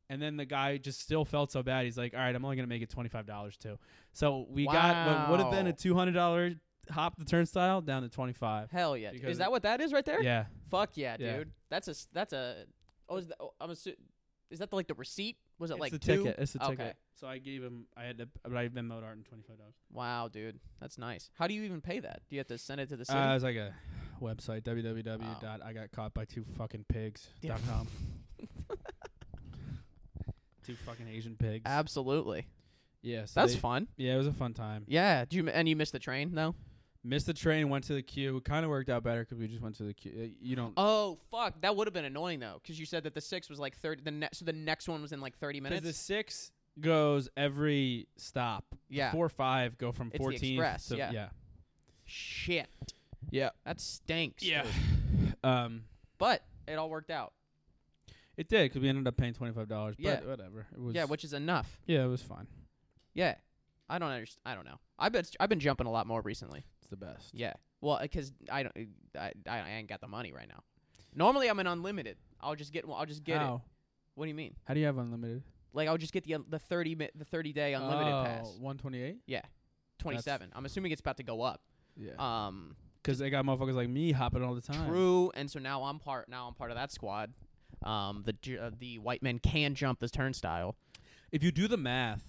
Speaker 4: And then the guy just still felt so bad. He's like, all right, I'm only gonna make it twenty five dollars too. So we got what would have been
Speaker 5: Wow.
Speaker 4: a two hundred dollar hop the turnstile down to twenty five.
Speaker 6: Hell yeah.
Speaker 4: Because
Speaker 6: Is that what that is right there?
Speaker 4: Yeah.
Speaker 6: Fuck yeah, dude.
Speaker 4: Yeah.
Speaker 6: That's a s- that's a. Oh, is that, oh, I'm assu- Is that the, like the receipt? Was it
Speaker 4: it's
Speaker 6: like
Speaker 4: the
Speaker 6: two?
Speaker 4: ticket. It's the
Speaker 6: okay.
Speaker 4: ticket. So I gave him. I had to. But I memoed Arden twenty five dollars.
Speaker 6: Wow, dude, that's nice. How do you even pay that? Do you have to send it to the city?
Speaker 4: Uh, it was like a website www.igotcaughtbytwofuckingpigs.com. *laughs* two fucking Asian pigs.
Speaker 5: Absolutely.
Speaker 4: yeah. So
Speaker 5: That's
Speaker 4: they-
Speaker 5: fun.
Speaker 4: Yeah, it was a fun time.
Speaker 5: Yeah. Do you and you missed the train though?
Speaker 4: Missed the train. Went to the queue. It kind of worked out better because we just went to the queue. Uh, You don't.
Speaker 5: Oh fuck, that would have been annoying though, because you said that the six was like thirty. The ne- so the next one was in like thirty
Speaker 4: Because
Speaker 5: minutes.
Speaker 4: the six goes every stop.
Speaker 5: Yeah.
Speaker 4: Four or five go from
Speaker 5: the
Speaker 4: 14
Speaker 5: express,
Speaker 4: to
Speaker 5: yeah.
Speaker 4: yeah.
Speaker 5: Shit,
Speaker 4: Yeah.
Speaker 5: that stinks.
Speaker 4: Yeah.
Speaker 5: dude.
Speaker 4: Um.
Speaker 5: But it all worked out.
Speaker 4: It did because we ended up paying twenty five dollars.
Speaker 5: Yeah.
Speaker 4: But whatever. It was.
Speaker 5: Yeah, which is enough.
Speaker 4: Yeah, it was fine.
Speaker 5: Yeah. I don't understand. I don't know. I bet I've been jumping a lot more recently.
Speaker 4: It's the best.
Speaker 5: Yeah. Well, because I don't. I, I I ain't got the money right now. Normally I'm an unlimited. I'll just get. one- I'll just get
Speaker 4: How?
Speaker 5: it. What do you mean?
Speaker 4: How do you have unlimited?
Speaker 5: Like I'll just get the un- the thirty mi- the thirty day unlimited
Speaker 4: Oh,
Speaker 5: pass.
Speaker 4: One twenty eight.
Speaker 5: Twenty seven. I'm assuming it's about to go up.
Speaker 4: Yeah.
Speaker 5: Um.
Speaker 4: Because they got motherfuckers like me hopping all the time.
Speaker 5: True, and so now I'm part. Now I'm part of that squad. Um, the ju- uh, the white men can jump this turnstile.
Speaker 4: If you do the math,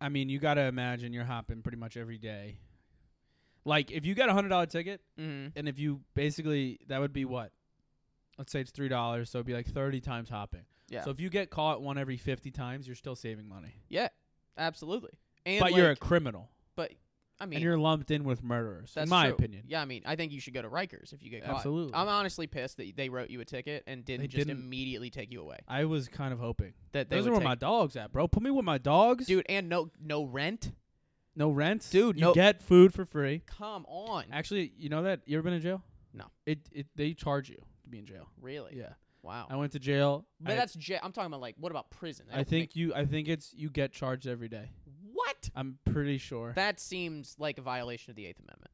Speaker 4: I mean, you gotta imagine you're hopping pretty much every day. Like, if you got a hundred dollar ticket,
Speaker 5: Mm-hmm.
Speaker 4: and if you basically that would be what? Let's say it's three dollars, so it'd be like thirty times hopping.
Speaker 5: Yeah.
Speaker 4: So if you get caught one every fifty times, you're still saving money.
Speaker 5: Yeah, absolutely. And
Speaker 4: but you're a
Speaker 5: like,
Speaker 4: criminal,
Speaker 5: but I mean
Speaker 4: and you're lumped in with murderers.
Speaker 5: that's
Speaker 4: in my
Speaker 5: true.
Speaker 4: opinion.
Speaker 5: Yeah, I mean I think you should go to Rikers if you get caught.
Speaker 4: Absolutely.
Speaker 5: I'm honestly pissed that they wrote you a ticket and didn't
Speaker 4: They
Speaker 5: just
Speaker 4: didn't-
Speaker 5: immediately take you away.
Speaker 4: I was kind of hoping
Speaker 5: That they
Speaker 4: those are
Speaker 5: would
Speaker 4: where
Speaker 5: take,
Speaker 4: my dogs at, bro. Put me with my dogs,
Speaker 5: *laughs* dude and no no rent.
Speaker 4: No rent,
Speaker 5: Dude,
Speaker 4: You
Speaker 5: no-
Speaker 4: get food for free.
Speaker 5: Come on,
Speaker 4: Actually, you know that you ever been in jail?
Speaker 5: No.
Speaker 4: It it they charge you to be in jail.
Speaker 5: really?
Speaker 4: Yeah.
Speaker 5: Wow.
Speaker 4: I went to jail.
Speaker 5: but
Speaker 4: I,
Speaker 5: that's j- I'm talking about like what about prison? That
Speaker 4: I
Speaker 5: don't
Speaker 4: think you. I think it's you get charged every day.
Speaker 5: make- what
Speaker 4: I'm pretty sure.
Speaker 5: that seems like a violation of the Eighth Amendment.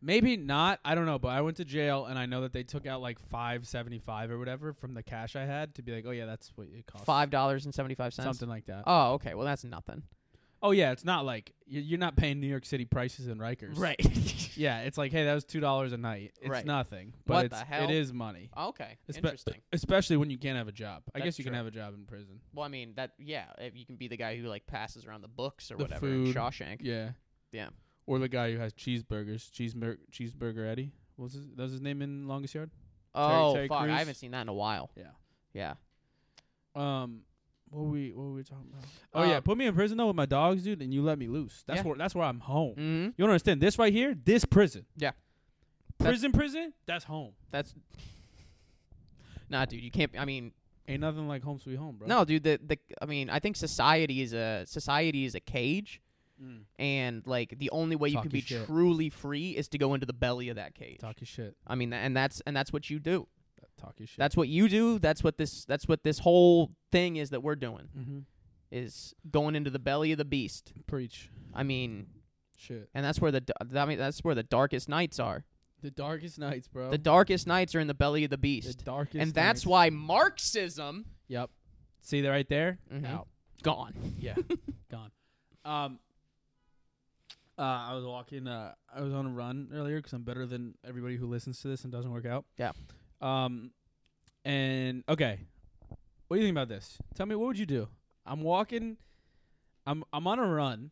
Speaker 4: Maybe not. I don't know. But I went to jail, and I know that they took out like five seventy five or whatever from the cash I had to be like, oh yeah, that's what it costs.
Speaker 5: Five dollars and seventy five cents.
Speaker 4: Something like that.
Speaker 5: Oh, okay. Well, that's nothing.
Speaker 4: oh yeah, it's not like you- you're not paying New York City prices in Rikers. *laughs* Yeah, it's like, hey, that was two dollars a night. It's
Speaker 5: Right.
Speaker 4: nothing, but
Speaker 5: What
Speaker 4: it's,
Speaker 5: the hell?
Speaker 4: it is money.
Speaker 5: okay.
Speaker 4: Espe-
Speaker 5: Interesting.
Speaker 4: Especially when you can't have a job. I
Speaker 5: That's
Speaker 4: guess you can
Speaker 5: true.
Speaker 4: have a job in prison.
Speaker 5: Well, I mean that. Yeah, if you can be the guy who like passes around the books or
Speaker 4: The
Speaker 5: whatever. in
Speaker 4: food.
Speaker 5: Shawshank.
Speaker 4: Yeah.
Speaker 5: Yeah.
Speaker 4: Or the guy who has cheeseburgers, cheeseburger, cheeseburger Eddie. What was his, that was his name in Longest Yard?
Speaker 5: Oh
Speaker 4: Terry
Speaker 5: fuck!
Speaker 4: Crews.
Speaker 5: I haven't seen that in a while.
Speaker 4: Yeah.
Speaker 5: Yeah.
Speaker 4: Um, what we what were we talking about? Oh yeah,
Speaker 5: Um,
Speaker 4: put me in prison though with my dogs, dude, and you let me loose. That's
Speaker 5: Yeah.
Speaker 4: where that's where I'm home.
Speaker 5: Mm-hmm.
Speaker 4: You don't understand this right here, this prison.
Speaker 5: Yeah. That's-
Speaker 4: Prison, prison. That's home.
Speaker 5: That's. *laughs* Nah, dude, you can't. I mean,
Speaker 4: Ain't nothing like home sweet home, bro.
Speaker 5: no, dude. The the. I mean, I think society is a society is a cage,
Speaker 4: Mm.
Speaker 5: and like the only way you
Speaker 4: Talk
Speaker 5: can be
Speaker 4: your shit.
Speaker 5: truly free is to go into the belly of that cage.
Speaker 4: Talk your shit.
Speaker 5: I mean, and that's and that's what you do.
Speaker 4: Talk your shit.
Speaker 5: That's what you do. That's what this. That's what this whole thing is that we're doing.
Speaker 4: mm-hmm.
Speaker 5: is going into the belly of the beast.
Speaker 4: preach.
Speaker 5: I mean,
Speaker 4: Shit.
Speaker 5: and that's where the d- I mean that's where the darkest nights are.
Speaker 4: The darkest nights, bro.
Speaker 5: The darkest nights are in the belly of
Speaker 4: Oh.
Speaker 5: the
Speaker 4: The
Speaker 5: beast.
Speaker 4: darkest.
Speaker 5: and that's
Speaker 4: nights.
Speaker 5: why Marxism
Speaker 4: Yep. See that right there?
Speaker 5: Mhm.
Speaker 4: Out.
Speaker 5: gone. *laughs*
Speaker 4: Yeah. Gone. Um. Uh, I was walking. Uh, I was on a run earlier 'cause I'm better than everybody who listens to this and doesn't work out.
Speaker 5: Yeah.
Speaker 4: Um. And okay, what do you think about this? Tell me, what would you do? I'm walking. I'm I'm on a run,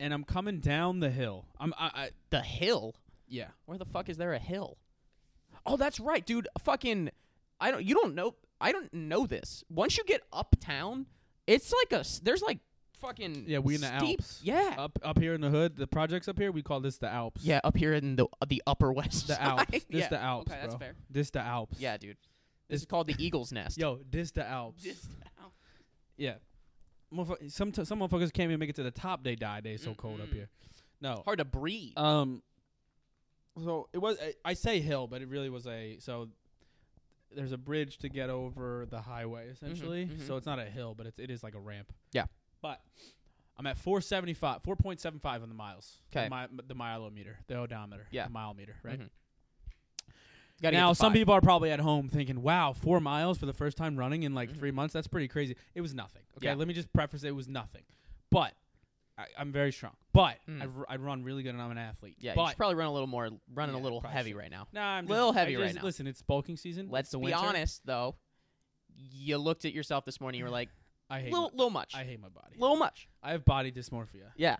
Speaker 4: and I'm coming down the hill. I'm I, I
Speaker 5: The hill.
Speaker 4: yeah.
Speaker 5: Where the fuck is there a hill? Oh, that's right, dude. Fucking I don't you don't know I don't know this. Once you get uptown, it's like a s- there's like fucking
Speaker 4: Yeah, we in the
Speaker 5: steep-
Speaker 4: Alps. Uh,
Speaker 5: Yeah.
Speaker 4: Up up here in the hood, the projects up here, we call this the Alps.
Speaker 5: yeah, up here in the the upper west.
Speaker 4: The
Speaker 5: *laughs* side.
Speaker 4: Alps. This
Speaker 5: yeah.
Speaker 4: the Alps,
Speaker 5: Okay, that's
Speaker 4: bro.
Speaker 5: fair.
Speaker 4: This the Alps.
Speaker 5: Yeah, dude. This is called the Eagle's Nest.
Speaker 4: Yo, dis the Alps.
Speaker 5: Dis
Speaker 4: Yeah. Motherfu- Some t- some motherfuckers can't even make it to the top. They die. They so cold up here. No.
Speaker 5: hard to breathe.
Speaker 4: Um. So it was. I, I say hill, but it really was a. So there's a bridge to get over the highway, essentially.
Speaker 5: mhm.
Speaker 4: So it's not a hill, but it's it is like a ramp.
Speaker 5: Yeah.
Speaker 4: But I'm at 475, 4.75 on the miles. the
Speaker 5: 'Kay.
Speaker 4: mi- the milometer, the odometer.
Speaker 5: Yeah.
Speaker 4: The mile meter, right?
Speaker 5: Mhm. Gotta get
Speaker 4: now,
Speaker 5: to
Speaker 4: some
Speaker 5: five.
Speaker 4: people are probably at home thinking, wow, four miles for the first time running in like three months. That's pretty crazy. It was nothing. Okay.
Speaker 5: Mm-hmm. Yeah.
Speaker 4: Let me just preface it was nothing. But I, I'm very strong. But
Speaker 5: Mm.
Speaker 4: I, r- I run really good and I'm an athlete.
Speaker 5: Yeah, you
Speaker 4: But
Speaker 5: should probably run a little more, running
Speaker 4: Yeah,
Speaker 5: a little
Speaker 4: probably
Speaker 5: heavy
Speaker 4: should.
Speaker 5: right now.
Speaker 4: nah, I'm
Speaker 5: little
Speaker 4: just, I
Speaker 5: heavy right
Speaker 4: just-
Speaker 5: now.
Speaker 4: Listen, it's bulking season.
Speaker 5: Let's
Speaker 4: it's the
Speaker 5: be
Speaker 4: winter.
Speaker 5: honest, though. You looked at yourself this morning. You were like,
Speaker 4: I hate,
Speaker 5: little,
Speaker 4: my,
Speaker 5: little much,
Speaker 4: I hate my body.
Speaker 5: little much.
Speaker 4: I have body dysmorphia.
Speaker 5: Yeah.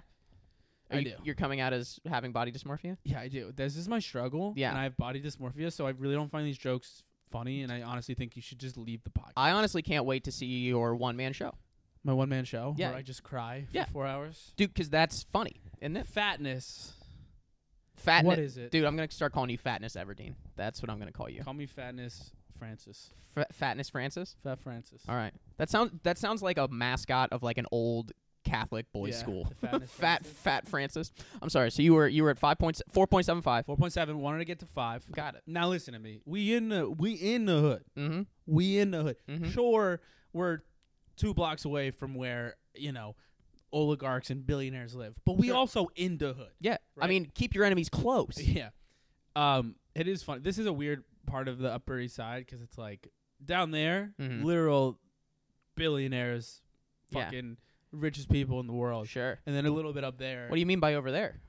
Speaker 4: I
Speaker 5: Are you,
Speaker 4: do.
Speaker 5: You're coming out as having body dysmorphia.
Speaker 4: Yeah, I do. This is my struggle.
Speaker 5: Yeah.
Speaker 4: And I have body dysmorphia, so I really don't find these jokes funny. And I honestly think you should just leave the podcast.
Speaker 5: I honestly can't wait to see your one man show,
Speaker 4: my one man show
Speaker 5: Yeah.
Speaker 4: where I just cry for
Speaker 5: Yeah.
Speaker 4: four hours.
Speaker 5: dude, because that's funny, isn't it?
Speaker 4: Fatness.
Speaker 5: Fatness,
Speaker 4: What is it?
Speaker 5: dude? I'm gonna start calling you Fatness Everdeen. That's what I'm gonna call you.
Speaker 4: Call me Fatness Francis.
Speaker 5: F- Fatness Francis.
Speaker 4: Fat Francis.
Speaker 5: All right, that sounds that sounds like a mascot of like an old Catholic boys'
Speaker 4: Yeah,
Speaker 5: school.
Speaker 4: the Fatness
Speaker 5: *laughs* fat
Speaker 4: Francis.
Speaker 5: Fat Francis. I'm sorry. So you were you were at five points four point seven five.
Speaker 4: Four point seven. Wanted to get to five.
Speaker 5: Got it.
Speaker 4: Now listen to me. We in the we in the hood.
Speaker 5: Mm-hmm.
Speaker 4: We in the hood.
Speaker 5: Mhm.
Speaker 4: Sure, we're two blocks away from where you know oligarchs and billionaires live, but we
Speaker 5: Sure.
Speaker 4: also in the hood.
Speaker 5: Yeah. I
Speaker 4: Right.
Speaker 5: mean, keep your enemies *laughs* close.
Speaker 4: Yeah. Um, it is fun. This is a weird part of the Upper East Side because it's like down there,
Speaker 5: Mhm.
Speaker 4: literal billionaires,
Speaker 5: Yeah.
Speaker 4: fucking richest people in the world,
Speaker 5: Sure.
Speaker 4: and then a little bit up there.
Speaker 5: What do you mean by over there?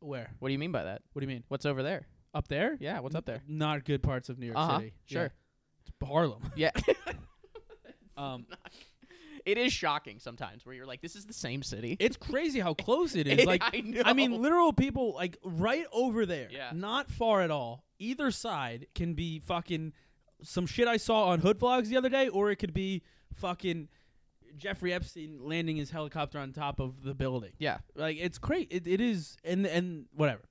Speaker 4: where?
Speaker 5: What do you mean by that?
Speaker 4: What do you mean?
Speaker 5: What's over there?
Speaker 4: Up there?
Speaker 5: Yeah. What's up there?
Speaker 4: Not good parts of New York
Speaker 5: Uh-huh,
Speaker 4: City.
Speaker 5: sure.
Speaker 4: Yeah. It's Harlem. *laughs*
Speaker 5: Yeah. *laughs*
Speaker 4: Um,
Speaker 5: it is shocking sometimes where you're like, this is the same city.
Speaker 4: it's crazy how close it is. Like
Speaker 5: *laughs* I know.
Speaker 4: mean, literal people like right over there,
Speaker 5: Yeah.
Speaker 4: not far at all. Either side can be fucking some shit I saw on Hood Vlogs the other day, or it could be fucking Jeffrey Epstein landing his helicopter on top of the building.
Speaker 5: Yeah.
Speaker 4: like it's great. It, it is, and and whatever.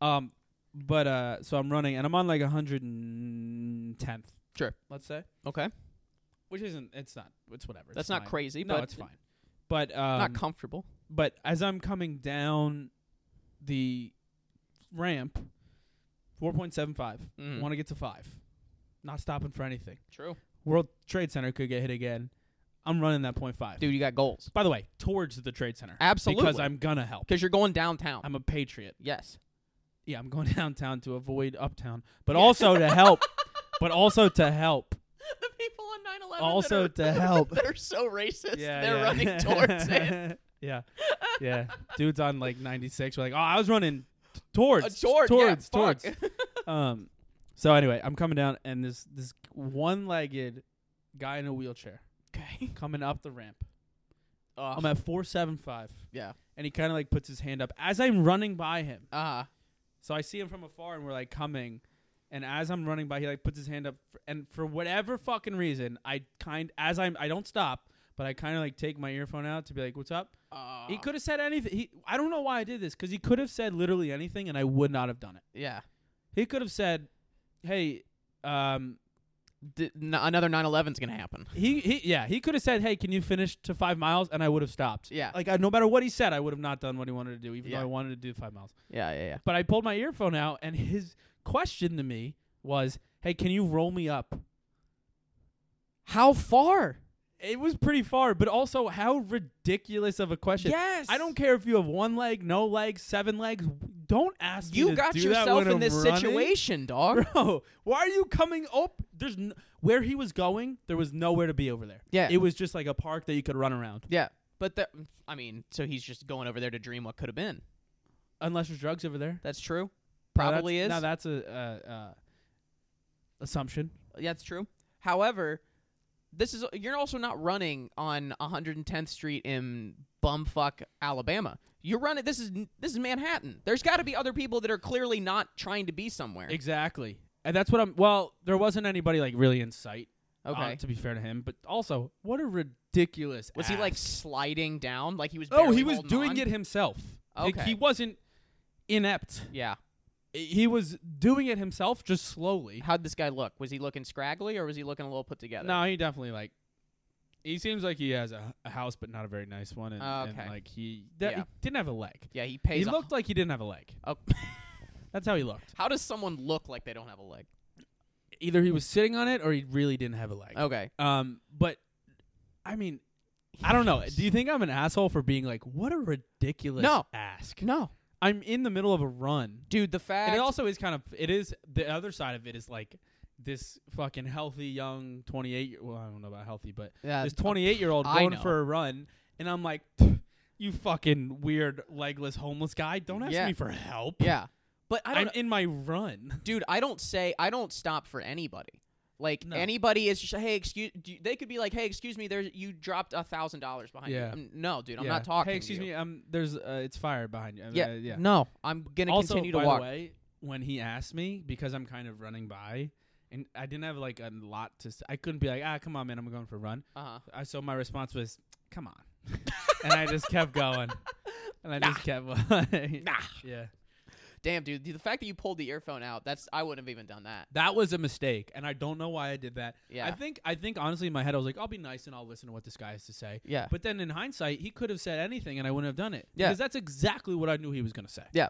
Speaker 4: Um, but uh, so I'm running, and I'm on like 110th.
Speaker 5: Sure.
Speaker 4: let's say.
Speaker 5: Okay.
Speaker 4: which isn't it's not it's whatever. It's
Speaker 5: That's not
Speaker 4: fine.
Speaker 5: crazy,
Speaker 4: No,
Speaker 5: but
Speaker 4: it's fine. But um,
Speaker 5: not comfortable.
Speaker 4: but as I'm coming down the ramp, four point seven five.
Speaker 5: Mm.
Speaker 4: Want to get to five? Not stopping for anything.
Speaker 5: True.
Speaker 4: World Trade Center could get hit again. I'm running that point five.
Speaker 5: Dude, you got goals.
Speaker 4: By the way, towards the Trade Center. Because
Speaker 5: Absolutely.
Speaker 4: I'm gonna help.
Speaker 5: Because you're going downtown.
Speaker 4: I'm a patriot.
Speaker 5: yes.
Speaker 4: Yeah, I'm going *laughs* downtown to avoid uptown, but also to help. But also to help.
Speaker 5: *laughs* the people on 9 11
Speaker 4: Also
Speaker 5: *laughs*
Speaker 4: to help.
Speaker 5: that are so racist.
Speaker 4: *laughs*
Speaker 5: They're running towards it.
Speaker 4: yeah, yeah. Dudes on like 96 were like, "Oh, I was running t- towards,
Speaker 5: Uh, toward,
Speaker 4: towards,
Speaker 5: yeah, fuck.
Speaker 4: towards."
Speaker 5: *laughs*
Speaker 4: um. So anyway, I'm coming down, and this this one-legged guy in a wheelchair
Speaker 5: *laughs* okay.
Speaker 4: coming up the ramp.
Speaker 5: Uh,
Speaker 4: I'm at 475,
Speaker 5: yeah.
Speaker 4: and he kind of like puts his hand up as I'm running by him.
Speaker 5: Uh,
Speaker 4: So I see him from afar, and we're like coming. And as I'm running by, he like puts his hand up, f- and for whatever fucking reason, I kind as I'm I don't stop, but I kind of like take my earphone out to be like, "What's up?"
Speaker 5: uh,
Speaker 4: He could have said anything. He, I don't know why I did this because he could have said literally anything, and I would not have done it.
Speaker 5: Yeah.
Speaker 4: He could have said, "Hey, um,
Speaker 5: D- n- another 9 11's going to happen.
Speaker 4: he, he, yeah." He could have said, "Hey, can you finish to five miles?" And I would have stopped.
Speaker 5: Yeah.
Speaker 4: like I, no matter what he said, I would have not done what he wanted to do, even
Speaker 5: Yeah.
Speaker 4: though I wanted to do five miles.
Speaker 5: Yeah, yeah, yeah.
Speaker 4: But I pulled my earphone out, and his question to me was, "Hey, can you roll me up?"
Speaker 5: How far?
Speaker 4: It was pretty far, but also how ridiculous of a question.
Speaker 5: Yes.
Speaker 4: I don't care if you have one leg, no leg, seven legs. Don't ask. me
Speaker 5: You
Speaker 4: to
Speaker 5: got
Speaker 4: do that
Speaker 5: yourself
Speaker 4: when
Speaker 5: in
Speaker 4: I'm
Speaker 5: this
Speaker 4: running.
Speaker 5: situation, dog.
Speaker 4: bro. Why are you coming up? There's n- where he was going. There was nowhere to be over there.
Speaker 5: Yeah.
Speaker 4: it was just like a park that you could run around,
Speaker 5: Yeah. But that, I mean, so he's just going over there to dream what could have been.
Speaker 4: unless there's drugs over there.
Speaker 5: That's true.
Speaker 4: Now
Speaker 5: Probably
Speaker 4: that's-
Speaker 5: is.
Speaker 4: Now that's a uh, uh, assumption.
Speaker 5: Yeah, that's true. However, this is you're also not running on 110th Street in bumfuck Alabama. You're running. This is this is Manhattan. There's got to be other people that are clearly not trying to be somewhere.
Speaker 4: Exactly, and that's what I'm. Well, there wasn't anybody like really in sight. uh,
Speaker 5: Okay.
Speaker 4: to be fair to him, but also what a ridiculous.
Speaker 5: was he like
Speaker 4: ass.
Speaker 5: sliding down? Like he was?
Speaker 4: Oh,
Speaker 5: barely
Speaker 4: he was
Speaker 5: holding
Speaker 4: doing
Speaker 5: on?
Speaker 4: it himself. Like,
Speaker 5: Okay.
Speaker 4: he wasn't inept.
Speaker 5: Yeah.
Speaker 4: he was doing it himself, just slowly.
Speaker 5: How'd this guy look? Was he looking scraggly or was he looking a little put together?
Speaker 4: No, he definitely like. He seems like he has a, a house, but not a very nice one, and,
Speaker 5: Oh,
Speaker 4: and,
Speaker 5: okay.
Speaker 4: like he, that,
Speaker 5: Yeah.
Speaker 4: he didn't have a leg.
Speaker 5: Yeah, he pays.
Speaker 4: he
Speaker 5: a-
Speaker 4: looked like he didn't have a leg.
Speaker 5: Oh.
Speaker 4: That's how he looked.
Speaker 5: How does someone look like they don't have a leg?
Speaker 4: Either he was sitting on it, or he really didn't have a leg.
Speaker 5: Okay.
Speaker 4: Um, but I mean, I don't know. Do you think I'm an asshole for being like, what a ridiculous
Speaker 5: No.
Speaker 4: ask?
Speaker 5: No,
Speaker 4: I'm in the middle of a run.
Speaker 5: dude. The fact.
Speaker 4: And it also is kind of it is the other side of it is like this fucking healthy young 28 year well I don't know about healthy but
Speaker 5: Yeah,
Speaker 4: this 28 year old
Speaker 5: I
Speaker 4: going
Speaker 5: know.
Speaker 4: for a run and I'm like you fucking weird legless homeless guy don't ask
Speaker 5: Yeah.
Speaker 4: me for help
Speaker 5: yeah, but I don't.
Speaker 4: I'm in my run
Speaker 5: dude, I don't say I don't stop for anybody. Like
Speaker 4: No.
Speaker 5: anybody is just hey excuse do you- they could be like hey excuse me there you dropped a thousand dollars behind
Speaker 4: Yeah.
Speaker 5: you. Um, no dude I'm
Speaker 4: Yeah.
Speaker 5: not talking.
Speaker 4: hey
Speaker 5: to
Speaker 4: excuse
Speaker 5: you.
Speaker 4: me um there's uh, it's fire behind you Uh,
Speaker 5: Yeah,
Speaker 4: yeah
Speaker 5: no I'm gonna
Speaker 4: also
Speaker 5: continue to
Speaker 4: by
Speaker 5: walk.
Speaker 4: the way when he asked me because I'm kind of running by and I didn't have like a lot to s I couldn't be like ah come on man I'm going for a run
Speaker 5: uh-huh.
Speaker 4: I, so my response was, "Come on," *laughs* and I just kept going, and I just kept going.
Speaker 5: Nah.
Speaker 4: *laughs* Yeah,
Speaker 5: Damn dude the fact that you pulled the earphone out that's I wouldn't have even done that.
Speaker 4: that was a mistake, and I don't know why I did that.
Speaker 5: Yeah.
Speaker 4: I think I think honestly in my head I was like, "I'll be nice and I'll listen to what this guy has to say."
Speaker 5: Yeah.
Speaker 4: But then in hindsight, he could have said anything, and I wouldn't have done it.
Speaker 5: Yeah.
Speaker 4: Because that's exactly what I knew he was going to say.
Speaker 5: Yeah.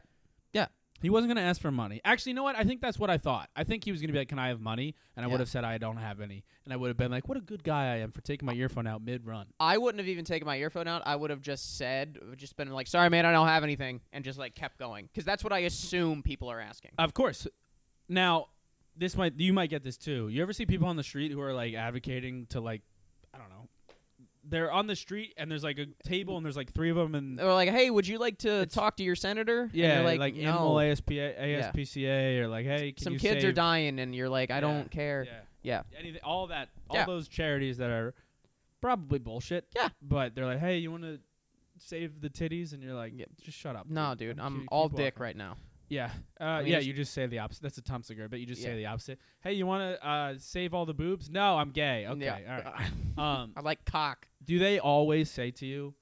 Speaker 5: Yeah.
Speaker 4: He wasn't going to ask for money. Actually, you know what? I think that's what I thought. I think he was going to be like, "Can I have money?" And I
Speaker 5: Yeah.
Speaker 4: would have said, "I don't have any," and I would have been like, "What a good guy I am for taking my earphone out mid-run."
Speaker 5: I wouldn't have even taken my earphone out. I would have just said just been like sorry man I don't have anything and just like kept going because that's what I assume people are asking.
Speaker 4: Of course. Now, this might you might get this too. You ever see people on the street who are like advocating to like I don't know. They're on the street and there's like a table and there's like three of them and
Speaker 5: They're like hey would you like to talk to your senator? Oh, And
Speaker 4: yeah,
Speaker 5: you're
Speaker 4: like,
Speaker 5: like,
Speaker 4: like
Speaker 5: no.
Speaker 4: animal ASPA, ASPCA or like hey, can
Speaker 5: some
Speaker 4: you
Speaker 5: kids are
Speaker 4: save-"
Speaker 5: dying and you're like i
Speaker 4: Yeah,
Speaker 5: don't care
Speaker 4: Yeah.
Speaker 5: yeah
Speaker 4: Anything all that all
Speaker 5: Yeah.
Speaker 4: those charities that are probably bullshit.
Speaker 5: Yeah.
Speaker 4: But they're like, "Hey, you want to save the titties?" and you're like,
Speaker 5: Yeah.
Speaker 4: "Just shut up."
Speaker 5: no
Speaker 4: dude.
Speaker 5: dude
Speaker 4: Keep-
Speaker 5: i'm
Speaker 4: keep
Speaker 5: all
Speaker 4: walking."
Speaker 5: dick right now
Speaker 4: Yeah. Uh,
Speaker 5: mean,
Speaker 4: yeah,
Speaker 5: it's-
Speaker 4: you just say the opposite. That's a Tom Segura, but you just say
Speaker 5: Yeah.
Speaker 4: the opposite. Hey, you want to uh, save all the boobs? No, I'm gay. Okay, all
Speaker 5: *laughs* right
Speaker 4: right. Um,
Speaker 5: i like cock
Speaker 4: do they always say to you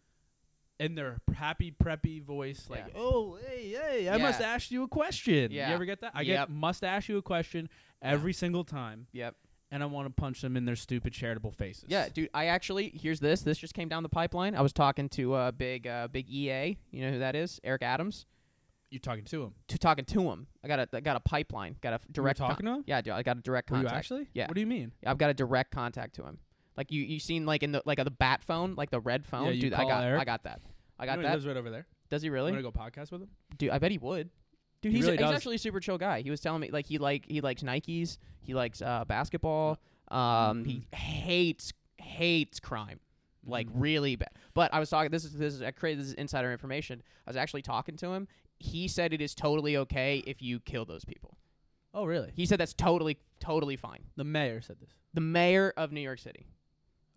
Speaker 4: in their happy, preppy voice, like,
Speaker 5: Yeah.
Speaker 4: oh, hey, hey, I must
Speaker 5: Yeah.
Speaker 4: ask you a question?
Speaker 5: Yeah.
Speaker 4: You ever get that? I
Speaker 5: Yep.
Speaker 4: get must ask you a question every single time,
Speaker 5: yep
Speaker 4: and I want to punch them in their stupid charitable faces.
Speaker 5: yeah dude i actually here's this this just came down the pipeline i was talking to uh big uh big ea you know who that is eric adams
Speaker 4: You're talking to them.
Speaker 5: to talking to him i got a i got a pipeline got a f- direct con-
Speaker 4: talking to him?
Speaker 5: yeah dude i got a direct
Speaker 4: Were you
Speaker 5: contact
Speaker 4: actually?
Speaker 5: yeah
Speaker 4: What do you mean?
Speaker 5: i've got a direct contact to him like you you seen like in the like uh, the bat phone like the red phone
Speaker 4: you
Speaker 5: dude i
Speaker 4: call
Speaker 5: got
Speaker 4: Eric?
Speaker 5: i got that i
Speaker 4: You
Speaker 5: got
Speaker 4: know He
Speaker 5: that
Speaker 4: lives right over there.
Speaker 5: does he
Speaker 4: You
Speaker 5: really
Speaker 4: want to go podcast with him?
Speaker 5: Dude, I bet he would. Dude,
Speaker 4: He
Speaker 5: he's,
Speaker 4: really
Speaker 5: he's
Speaker 4: does.
Speaker 5: actually a super chill guy. He was telling me like he like he likes Nikes, he likes uh, basketball. Um, he
Speaker 4: Mm-hmm.
Speaker 5: hates hates crime, like really bad. But I was talking. This is this is I created this is insider information. I was actually talking to him. He said it is totally okay if you kill those people.
Speaker 4: Oh, really?
Speaker 5: He said that's totally totally fine.
Speaker 4: The mayor said this.
Speaker 5: The mayor of New York City,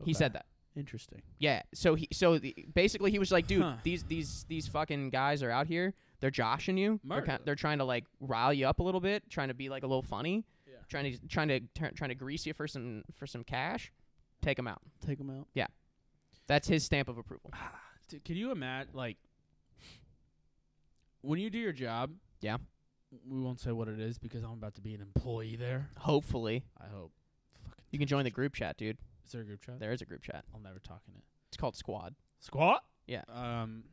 Speaker 4: Okay.
Speaker 5: he said that.
Speaker 4: Interesting.
Speaker 5: Yeah. So he so the, basically he was like, dude,
Speaker 4: Huh.
Speaker 5: these these these fucking guys are out here. They're joshing you. They're,
Speaker 4: Murder.
Speaker 5: ki- they're trying to like rile you up a little bit, trying to be like a little funny,
Speaker 4: Yeah.
Speaker 5: trying to trying to turn trying to grease you for some for some cash. Take them out.
Speaker 4: Take him out.
Speaker 5: That's his stamp of approval.
Speaker 4: Dude, can you imagine, like, when you do your job?
Speaker 5: Yeah.
Speaker 4: We won't say what it is because I'm about to be an employee there.
Speaker 5: Hopefully,
Speaker 4: I hope. Fucking
Speaker 5: you can join the group chat, dude.
Speaker 4: Is there a group chat?
Speaker 5: There is a group chat.
Speaker 4: I'll never talk in it.
Speaker 5: It's called Squad.
Speaker 4: Squat.
Speaker 5: Yeah.
Speaker 4: Um.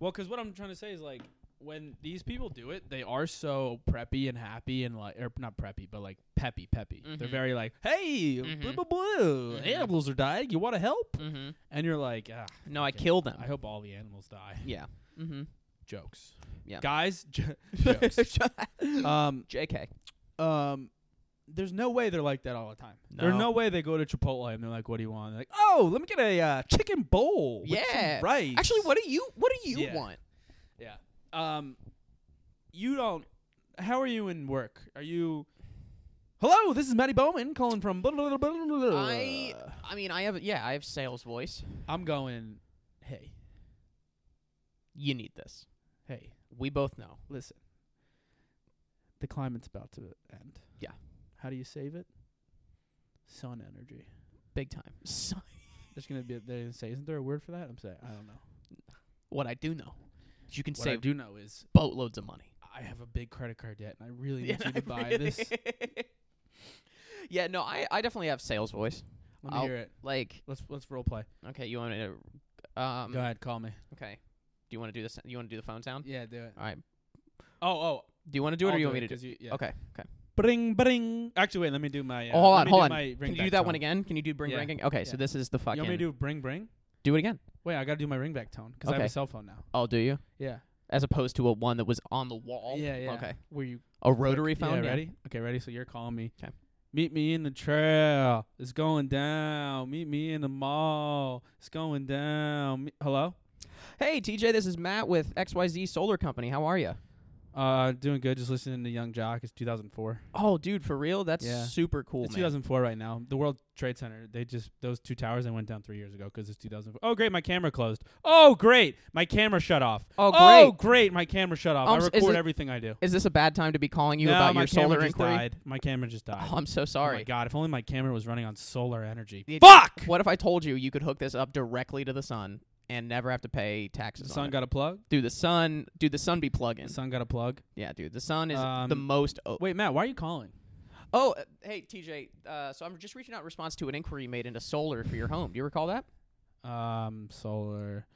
Speaker 4: Well, because what I'm trying to say is like when these people do it, they are so preppy and happy and like, or not preppy, but like peppy, peppy. They're
Speaker 5: Mhm.
Speaker 4: very like, hey, blue,
Speaker 5: Mhm.
Speaker 4: blue, blue,
Speaker 5: Mhm.
Speaker 4: animals are dying. You want to help?
Speaker 5: Mm-hmm.
Speaker 4: And you're like, ah,
Speaker 5: No, I
Speaker 4: Okay.
Speaker 5: killed them.
Speaker 4: I hope all the animals die.
Speaker 5: yeah. *laughs* Mm-hmm.
Speaker 4: Jokes.
Speaker 5: Yeah.
Speaker 4: Guys, *laughs* j- jokes. *laughs* um,
Speaker 5: Jk.
Speaker 4: um, there's no way they're like that all the time. There's
Speaker 5: No.
Speaker 4: no way they go to Chipotle and they're like, "What do you want?" They're like, "Oh, let me get a uh, chicken bowl." with some
Speaker 5: Yeah.
Speaker 4: rice."
Speaker 5: Actually, what do you what do you
Speaker 4: Yeah.
Speaker 5: want?
Speaker 4: Yeah. Um, you don't. How are you in work? Are you? Hello, this is Maddie Bowman calling from. Blah, blah, blah, blah, blah, blah.
Speaker 5: I I mean I have yeah I have sales voice.
Speaker 4: I'm going. Hey,
Speaker 5: You need this.
Speaker 4: hey,
Speaker 5: We both know.
Speaker 4: listen. The climate's about to end.
Speaker 5: Yeah.
Speaker 4: How do you save it? Sun energy.
Speaker 5: Big time. So,
Speaker 4: There's gonna be. They're gonna say, "Isn't there a word for that?" I'm saying, I don't know.
Speaker 5: what I do know is you can
Speaker 4: What I
Speaker 5: save
Speaker 4: do know is
Speaker 5: boatloads of money.
Speaker 4: I have a big credit card debt, and I
Speaker 5: *laughs*
Speaker 4: really
Speaker 5: Yeah,
Speaker 4: need you to
Speaker 5: I
Speaker 4: buy
Speaker 5: really-
Speaker 4: this.
Speaker 5: *laughs* yeah, no, I, I definitely have sales voice.
Speaker 4: Let me
Speaker 5: I'll-
Speaker 4: hear it.
Speaker 5: Like,
Speaker 4: Let's let's role play.
Speaker 5: okay, you want me to, um,
Speaker 4: Go ahead, call me.
Speaker 5: okay. Do you want to do this? You want to do the phone sound?
Speaker 4: Yeah, do it.
Speaker 5: All right.
Speaker 4: Oh, oh,
Speaker 5: Do you want to do it,
Speaker 4: I'll
Speaker 5: or you want me to?
Speaker 4: 'cause
Speaker 5: Do?
Speaker 4: You, yeah.
Speaker 5: Okay. Okay.
Speaker 4: Bring, bring. Actually, wait. Let me do my. Uh,
Speaker 5: oh, hold
Speaker 4: let
Speaker 5: on.
Speaker 4: me
Speaker 5: Hold
Speaker 4: do
Speaker 5: on.
Speaker 4: My
Speaker 5: Can you
Speaker 4: ringback
Speaker 5: do that
Speaker 4: tone.
Speaker 5: one again? Can you do bring
Speaker 4: Yeah.
Speaker 5: ringing? Okay.
Speaker 4: Yeah.
Speaker 5: So this is the
Speaker 4: You
Speaker 5: fucking.
Speaker 4: want me to do bring, bring?
Speaker 5: do it again?
Speaker 4: Wait, I gotta do my ringback tone because I have
Speaker 5: Okay.
Speaker 4: a cell phone now.
Speaker 5: Oh, do you?
Speaker 4: Yeah.
Speaker 5: As opposed to a one that was on the wall.
Speaker 4: Yeah, yeah.
Speaker 5: Okay.
Speaker 4: Were you
Speaker 5: A rotary
Speaker 4: Yeah,
Speaker 5: phone.
Speaker 4: ready? Okay, ready. So you're calling me.
Speaker 5: 'Kay.
Speaker 4: Meet me in the trail. It's going down. Meet me in the mall. It's going down. Me- Hello.
Speaker 5: Hey, TJ. This is Matt with XYZ Solar Company. How are you?
Speaker 4: Uh, doing good. Just listening to Young Jock. It's 2004.
Speaker 5: Oh, dude, for real? That's
Speaker 4: Yeah.
Speaker 5: super cool,
Speaker 4: it's
Speaker 5: man.
Speaker 4: 2004 right now. The World Trade Center. They just those two towers. They went down three years ago because it's 2004. Oh great, my camera closed. Oh great, my camera shut off.
Speaker 5: Oh,
Speaker 4: Oh
Speaker 5: great.
Speaker 4: great, my camera shut off.
Speaker 5: Um,
Speaker 4: I
Speaker 5: s- is
Speaker 4: record
Speaker 5: it-
Speaker 4: everything I do.
Speaker 5: Is this a bad time to be calling you
Speaker 4: No,
Speaker 5: about
Speaker 4: my
Speaker 5: your
Speaker 4: camera
Speaker 5: solar
Speaker 4: just
Speaker 5: inquiry?
Speaker 4: died. My camera just died.
Speaker 5: Oh, *laughs* I'm so
Speaker 4: Oh my
Speaker 5: sorry.
Speaker 4: god! If only my camera was running on solar
Speaker 5: *laughs*
Speaker 4: energy.
Speaker 5: The-
Speaker 4: *laughs* Fuck!
Speaker 5: What if I told you you could hook this up directly to the sun and never have to pay taxes?
Speaker 4: The
Speaker 5: on
Speaker 4: sun
Speaker 5: it?
Speaker 4: got a plug.
Speaker 5: dude, the sun, dude, the sun be plugging.
Speaker 4: The sun got a plug.
Speaker 5: Yeah, dude, the sun is the
Speaker 4: Um,
Speaker 5: most. O-
Speaker 4: Wait, Matt, why are you calling?
Speaker 5: oh, uh, hey TJ, uh, so I'm just reaching out in response to an inquiry made into solar for your home. Do you recall that?
Speaker 4: Um, solar.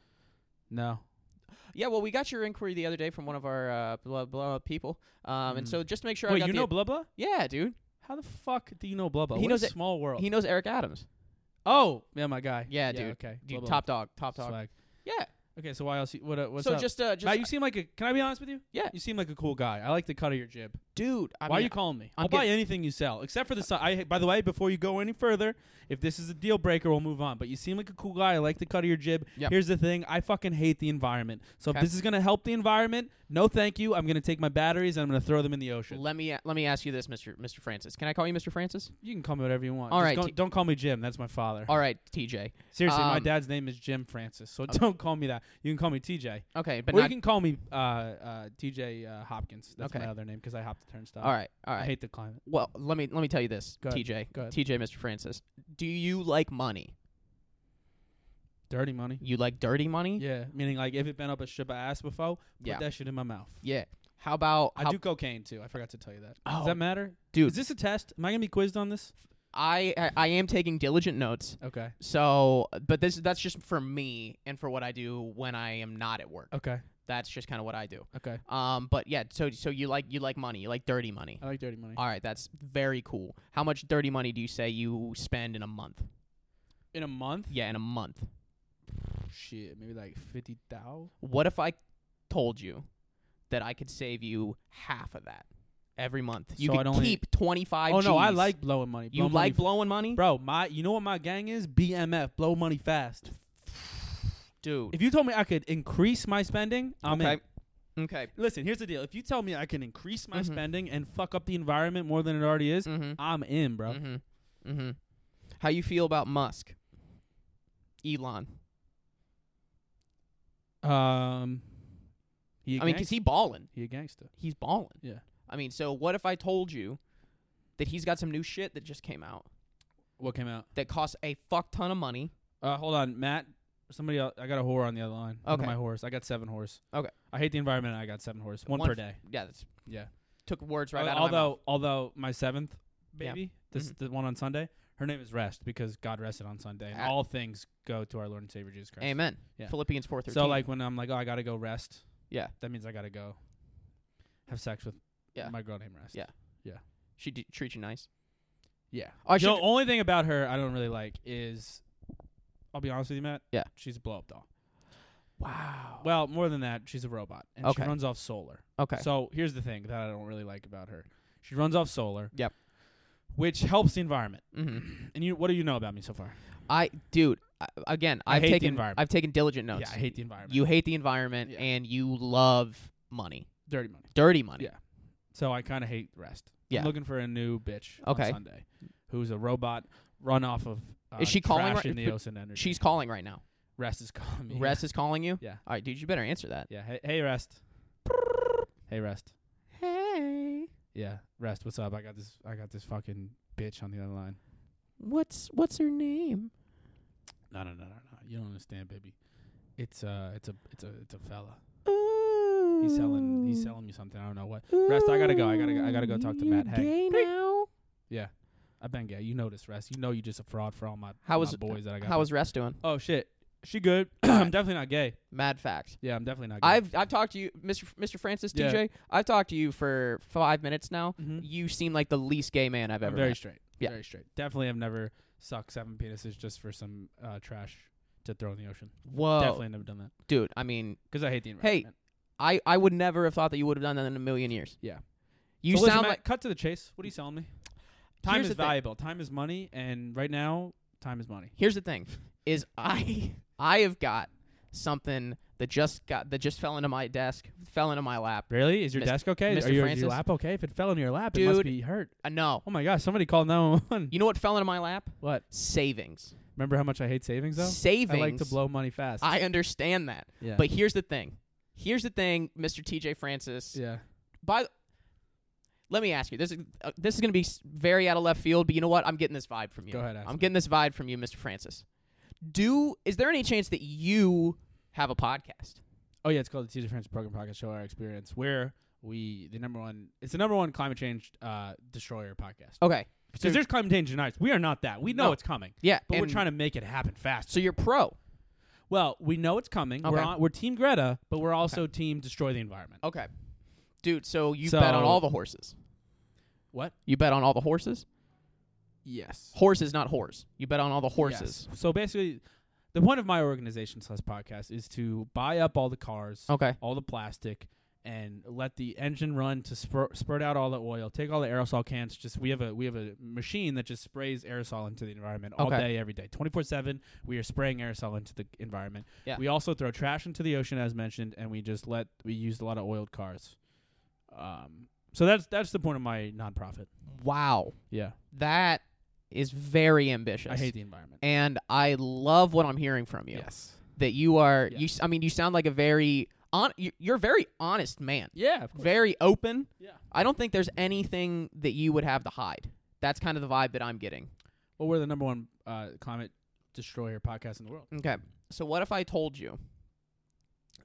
Speaker 4: No.
Speaker 5: Yeah, well, we got your inquiry the other day from one of our uh, blah blah people, um, and so just to make sure I
Speaker 4: Mm. Wait,
Speaker 5: got
Speaker 4: you
Speaker 5: the-
Speaker 4: know blah blah?
Speaker 5: yeah, dude,
Speaker 4: How the fuck do you know blah blah?
Speaker 5: He
Speaker 4: What
Speaker 5: knows
Speaker 4: a
Speaker 5: it-
Speaker 4: small world.
Speaker 5: he knows Eric Adams.
Speaker 4: oh, yeah, my guy.
Speaker 5: Yeah, dude.
Speaker 4: Okay, Blah,
Speaker 5: Dude,
Speaker 4: blah,
Speaker 5: top dog, top
Speaker 4: blah.
Speaker 5: dog.
Speaker 4: Swag.
Speaker 5: Yeah.
Speaker 4: Okay, so why else? You, what? Uh, what's
Speaker 5: so
Speaker 4: up?
Speaker 5: just uh, just
Speaker 4: Matt, you seem like a. Can I be honest with you?
Speaker 5: Yeah.
Speaker 4: You seem like a cool guy. I like the cut of your jib.
Speaker 5: dude, I
Speaker 4: why are
Speaker 5: mean,
Speaker 4: you calling me?
Speaker 5: I'm
Speaker 4: I'll buy anything you sell, except for the sun. I by the way, before you go any further, if this is a deal breaker, we'll move on. But you seem like a cool guy. I like the cut of your jib.
Speaker 5: Yep.
Speaker 4: Here's the thing: I fucking hate the environment. So
Speaker 5: Okay.
Speaker 4: if this is gonna help the environment, no thank you. I'm gonna take my batteries and I'm gonna throw them in the ocean.
Speaker 5: Let me let me ask you this, Mr. Mr. Francis. Can I call you Mr. Francis?
Speaker 4: you can call me whatever you want.
Speaker 5: All
Speaker 4: Just
Speaker 5: right,
Speaker 4: don't,
Speaker 5: T-
Speaker 4: don't call me Jim. That's my father.
Speaker 5: All right, TJ.
Speaker 4: Seriously, my
Speaker 5: um,
Speaker 4: dad's name is Jim Francis, so don't call me that. You can call me TJ,
Speaker 5: Okay, but
Speaker 4: or
Speaker 5: not,
Speaker 4: you can call me uh, uh, TJ uh, Hopkins. That's
Speaker 5: Okay.
Speaker 4: my other name because I hopped the turnstile.
Speaker 5: all right, all
Speaker 4: I
Speaker 5: right.
Speaker 4: hate the climate.
Speaker 5: Well, let me let me tell you this,
Speaker 4: Go ahead,
Speaker 5: TJ.
Speaker 4: go ahead.
Speaker 5: TJ, Mr. Francis. Do you like money?
Speaker 4: Dirty money.
Speaker 5: You like dirty money?
Speaker 4: Yeah, meaning like if it been up a shit my ass before, put
Speaker 5: Yeah.
Speaker 4: that shit in my mouth.
Speaker 5: Yeah. How about
Speaker 4: I
Speaker 5: how,
Speaker 4: do cocaine too. I forgot to tell you that.
Speaker 5: Oh.
Speaker 4: Does that matter,
Speaker 5: Dude.
Speaker 4: Is this a test? Am I gonna be quizzed on this?
Speaker 5: I, I I am taking diligent notes.
Speaker 4: Okay.
Speaker 5: So, but this that's just for me and for what I do when I am not at work.
Speaker 4: Okay.
Speaker 5: That's just kind of what I do.
Speaker 4: Okay.
Speaker 5: Um, but yeah, so so you like you like money, you like dirty money.
Speaker 4: I like dirty money.
Speaker 5: All right, that's very cool. How much dirty money do you say you spend in a month?
Speaker 4: In a month?
Speaker 5: Yeah, in a month.
Speaker 4: Shit, maybe like fifty thousand.
Speaker 5: What if I told you that I could save you half of that every month? You
Speaker 4: So
Speaker 5: could
Speaker 4: I'd only-
Speaker 5: keep 25
Speaker 4: Oh no, I
Speaker 5: Gs.
Speaker 4: like blowing money.
Speaker 5: You
Speaker 4: Blow money
Speaker 5: like
Speaker 4: f-
Speaker 5: blowing money?
Speaker 4: Bro, my you know what my gang is? BMF, blow money fast.
Speaker 5: Dude.
Speaker 4: If you told me I could increase my spending, I'm
Speaker 5: okay.
Speaker 4: in.
Speaker 5: Okay.
Speaker 4: Listen, here's the deal. If you tell me I can increase my
Speaker 5: Mhm.
Speaker 4: spending and fuck up the environment more than it already is,
Speaker 5: Mhm.
Speaker 4: I'm in, bro.
Speaker 5: Mhm. Mhm. How you feel about Musk? Elon.
Speaker 4: Um he a
Speaker 5: Mm-hmm. I mean,
Speaker 4: gangsta.
Speaker 5: 'cause he balling.
Speaker 4: He a gangster.
Speaker 5: He's balling.
Speaker 4: Yeah.
Speaker 5: I mean, so what if I told you that he's got some new shit that just came out
Speaker 4: What came out?
Speaker 5: that costs a fuck ton of money?
Speaker 4: Uh, hold on, Matt. Somebody, else, I got a whore on the other line. One of
Speaker 5: Okay.
Speaker 4: my horse. I got seven horse.
Speaker 5: Okay.
Speaker 4: I hate the environment. and I got seven horse. One,
Speaker 5: One
Speaker 4: per
Speaker 5: f-
Speaker 4: day.
Speaker 5: Yeah, that's
Speaker 4: Yeah.
Speaker 5: took words right
Speaker 4: Uh,
Speaker 5: out of my
Speaker 4: although,
Speaker 5: mouth.
Speaker 4: although my seventh
Speaker 5: Yeah. Mm-hmm.
Speaker 4: baby, this the one on Sunday. Her name is Rest because God rested on Sunday, and
Speaker 5: Ah.
Speaker 4: all things go to our Lord and Savior Jesus Christ.
Speaker 5: Amen.
Speaker 4: Yeah.
Speaker 5: Philippians 4:13.
Speaker 4: So, like when I'm like, oh, I gotta go rest.
Speaker 5: Yeah.
Speaker 4: That means I gotta go have sex with
Speaker 5: Yeah.
Speaker 4: my girl named Rest.
Speaker 5: Yeah. she d- treat you nice.
Speaker 4: Yeah.
Speaker 5: Oh, I
Speaker 4: The
Speaker 5: should-
Speaker 4: only thing about her I don't really like is, I'll be honest with you, Matt.
Speaker 5: Yeah.
Speaker 4: She's a blow up doll.
Speaker 5: Wow.
Speaker 4: Well, more than that, she's a robot, and
Speaker 5: Okay.
Speaker 4: she runs off solar.
Speaker 5: Okay.
Speaker 4: So here's the thing that I don't really like about her. She runs off solar.
Speaker 5: Yep.
Speaker 4: Which helps the environment.
Speaker 5: hmm
Speaker 4: And you, what do you know about me so far?
Speaker 5: I, dude, I, again,
Speaker 4: I
Speaker 5: I've
Speaker 4: hate the
Speaker 5: taken
Speaker 4: environment.
Speaker 5: I've taken diligent notes.
Speaker 4: Yeah, I hate the environment.
Speaker 5: you hate the environment
Speaker 4: Yeah.
Speaker 5: and you love money,
Speaker 4: dirty money.
Speaker 5: dirty money.
Speaker 4: Yeah. So I kind of hate the rest.
Speaker 5: Yeah.
Speaker 4: I'm looking for a new bitch
Speaker 5: Okay.
Speaker 4: on Sunday, who's a robot run off of. Uh,
Speaker 5: Is she calling
Speaker 4: trash
Speaker 5: right-
Speaker 4: in
Speaker 5: *laughs*
Speaker 4: the ocean energy?
Speaker 5: She's calling right now.
Speaker 4: rest is calling me.
Speaker 5: Rest is calling you.
Speaker 4: Yeah.
Speaker 5: All right, dude, you better answer that.
Speaker 4: *laughs* Yeah. Hey, hey, rest. hey, rest.
Speaker 5: Hey,
Speaker 4: Yeah, rest. What's up? I got this. I got this fucking bitch on the other line.
Speaker 5: what's what's her name?
Speaker 4: No, no, no, no, no. You don't understand, baby. It's uh, it's a, it's a, it's a fella. He's selling.
Speaker 5: Mm.
Speaker 4: He's selling me something. I don't know what. Rest. I gotta go. I gotta. Go. I gotta go talk to Matt. Hey.
Speaker 5: Gay now.
Speaker 4: Yeah. I've been gay. You know this, Rest. You know you just a fraud for all my,
Speaker 5: How
Speaker 4: my
Speaker 5: was
Speaker 4: boys that I got.
Speaker 5: How was Rest doing?
Speaker 4: Oh shit. She good. *clears throat* I'm definitely not gay.
Speaker 5: Mad fact.
Speaker 4: Yeah, I'm definitely not gay.
Speaker 5: I've I've talked to you, Mr. F- Mr. Francis
Speaker 4: Yeah.
Speaker 5: TJ. I've talked to you for five minutes now.
Speaker 4: Mhm.
Speaker 5: You seem like the least gay man I've
Speaker 4: I'm
Speaker 5: ever
Speaker 4: very
Speaker 5: met.
Speaker 4: straight.
Speaker 5: Yeah.
Speaker 4: Very straight. Definitely have never sucked seven penises just for some uh, trash to throw in the ocean.
Speaker 5: Whoa,
Speaker 4: Definitely never done that.
Speaker 5: dude. I mean,
Speaker 4: Because I hate the
Speaker 5: Oh. Hey,
Speaker 4: environment.
Speaker 5: I I would never have thought that you would have done that in a million years.
Speaker 4: Yeah.
Speaker 5: You
Speaker 4: So listen,
Speaker 5: sound
Speaker 4: Matt,
Speaker 5: like
Speaker 4: cut to the chase. What are you selling me? Time
Speaker 5: Here's
Speaker 4: is
Speaker 5: the thing.
Speaker 4: valuable. Time is money, and right now, time is money.
Speaker 5: Here's the thing: is *laughs* I I have got something that just got that just fell into my desk, fell into my lap.
Speaker 4: Really? Is your
Speaker 5: Mis-
Speaker 4: desk okay?
Speaker 5: Mr.
Speaker 4: Are your, is
Speaker 5: Francis?
Speaker 4: your lap okay? If it fell into your lap, it must
Speaker 5: Dude.
Speaker 4: be hurt.
Speaker 5: Uh, no,
Speaker 4: Oh my gosh! Somebody *laughs* called 911.
Speaker 5: you know what fell into my lap?
Speaker 4: What?
Speaker 5: Savings.
Speaker 4: Remember how much I hate savings though?
Speaker 5: Savings.
Speaker 4: I like to blow money fast.
Speaker 5: I understand that,
Speaker 4: yeah.
Speaker 5: but here's the thing. Here's the thing, Mr. TJ Francis.
Speaker 4: yeah.
Speaker 5: by the- let me ask you this is uh, this is going to be s- very out of left field but you know what i'm getting this vibe from you
Speaker 4: Go ahead, ask
Speaker 5: i'm
Speaker 4: me.
Speaker 5: getting this vibe from you mr francis do is there any chance that you have a podcast
Speaker 4: Oh yeah, it's called the Two Difference Program Podcast Show Our Experience, where we the number one. It's the number one climate change uh, destroyer podcast.
Speaker 5: okay
Speaker 4: Because there's climate change deniers. We are not that. We know
Speaker 5: Oh, No.
Speaker 4: it's coming.
Speaker 5: yeah
Speaker 4: But we're
Speaker 5: and-
Speaker 4: trying to make it happen fast.
Speaker 5: so you're pro
Speaker 4: well, we know it's coming. We're
Speaker 5: Okay. Oh.
Speaker 4: on, we're Team Greta, but we're also Team Destroy the Environment.
Speaker 5: okay dude so you bet on
Speaker 4: So-
Speaker 5: all the horses
Speaker 4: What?
Speaker 5: you bet on all the horses
Speaker 4: Yes.
Speaker 5: horses not whores you bet on all the horses
Speaker 4: Yes. So basically, the point of my organization slash podcast is to buy up all the cars,
Speaker 5: okay
Speaker 4: all the plastic, and let the engine run to spur- spurt out all the oil. Take all the aerosol cans. Just we have a we have a machine that just sprays aerosol into the environment all
Speaker 5: Okay.
Speaker 4: day, every day, twenty four seven. We are spraying aerosol into the environment.
Speaker 5: Yeah.
Speaker 4: We also throw trash into the ocean, as mentioned, and we just let we used a lot of oiled cars. Um. So that's that's the point of my nonprofit.
Speaker 5: wow
Speaker 4: Yeah.
Speaker 5: that is very ambitious
Speaker 4: I hate the environment.
Speaker 5: and i love what i'm hearing from you
Speaker 4: Yes.
Speaker 5: that you are
Speaker 4: Yeah.
Speaker 5: you s- I mean you sound like a very on you- you're a very honest man.
Speaker 4: Yeah. Of course.
Speaker 5: Very open.
Speaker 4: Yeah.
Speaker 5: I don't think there's anything that you would have to hide. That's kind of the vibe that I'm getting.
Speaker 4: Well, we're the number one uh, climate destroyer podcast in the world.
Speaker 5: Okay. So what if I told you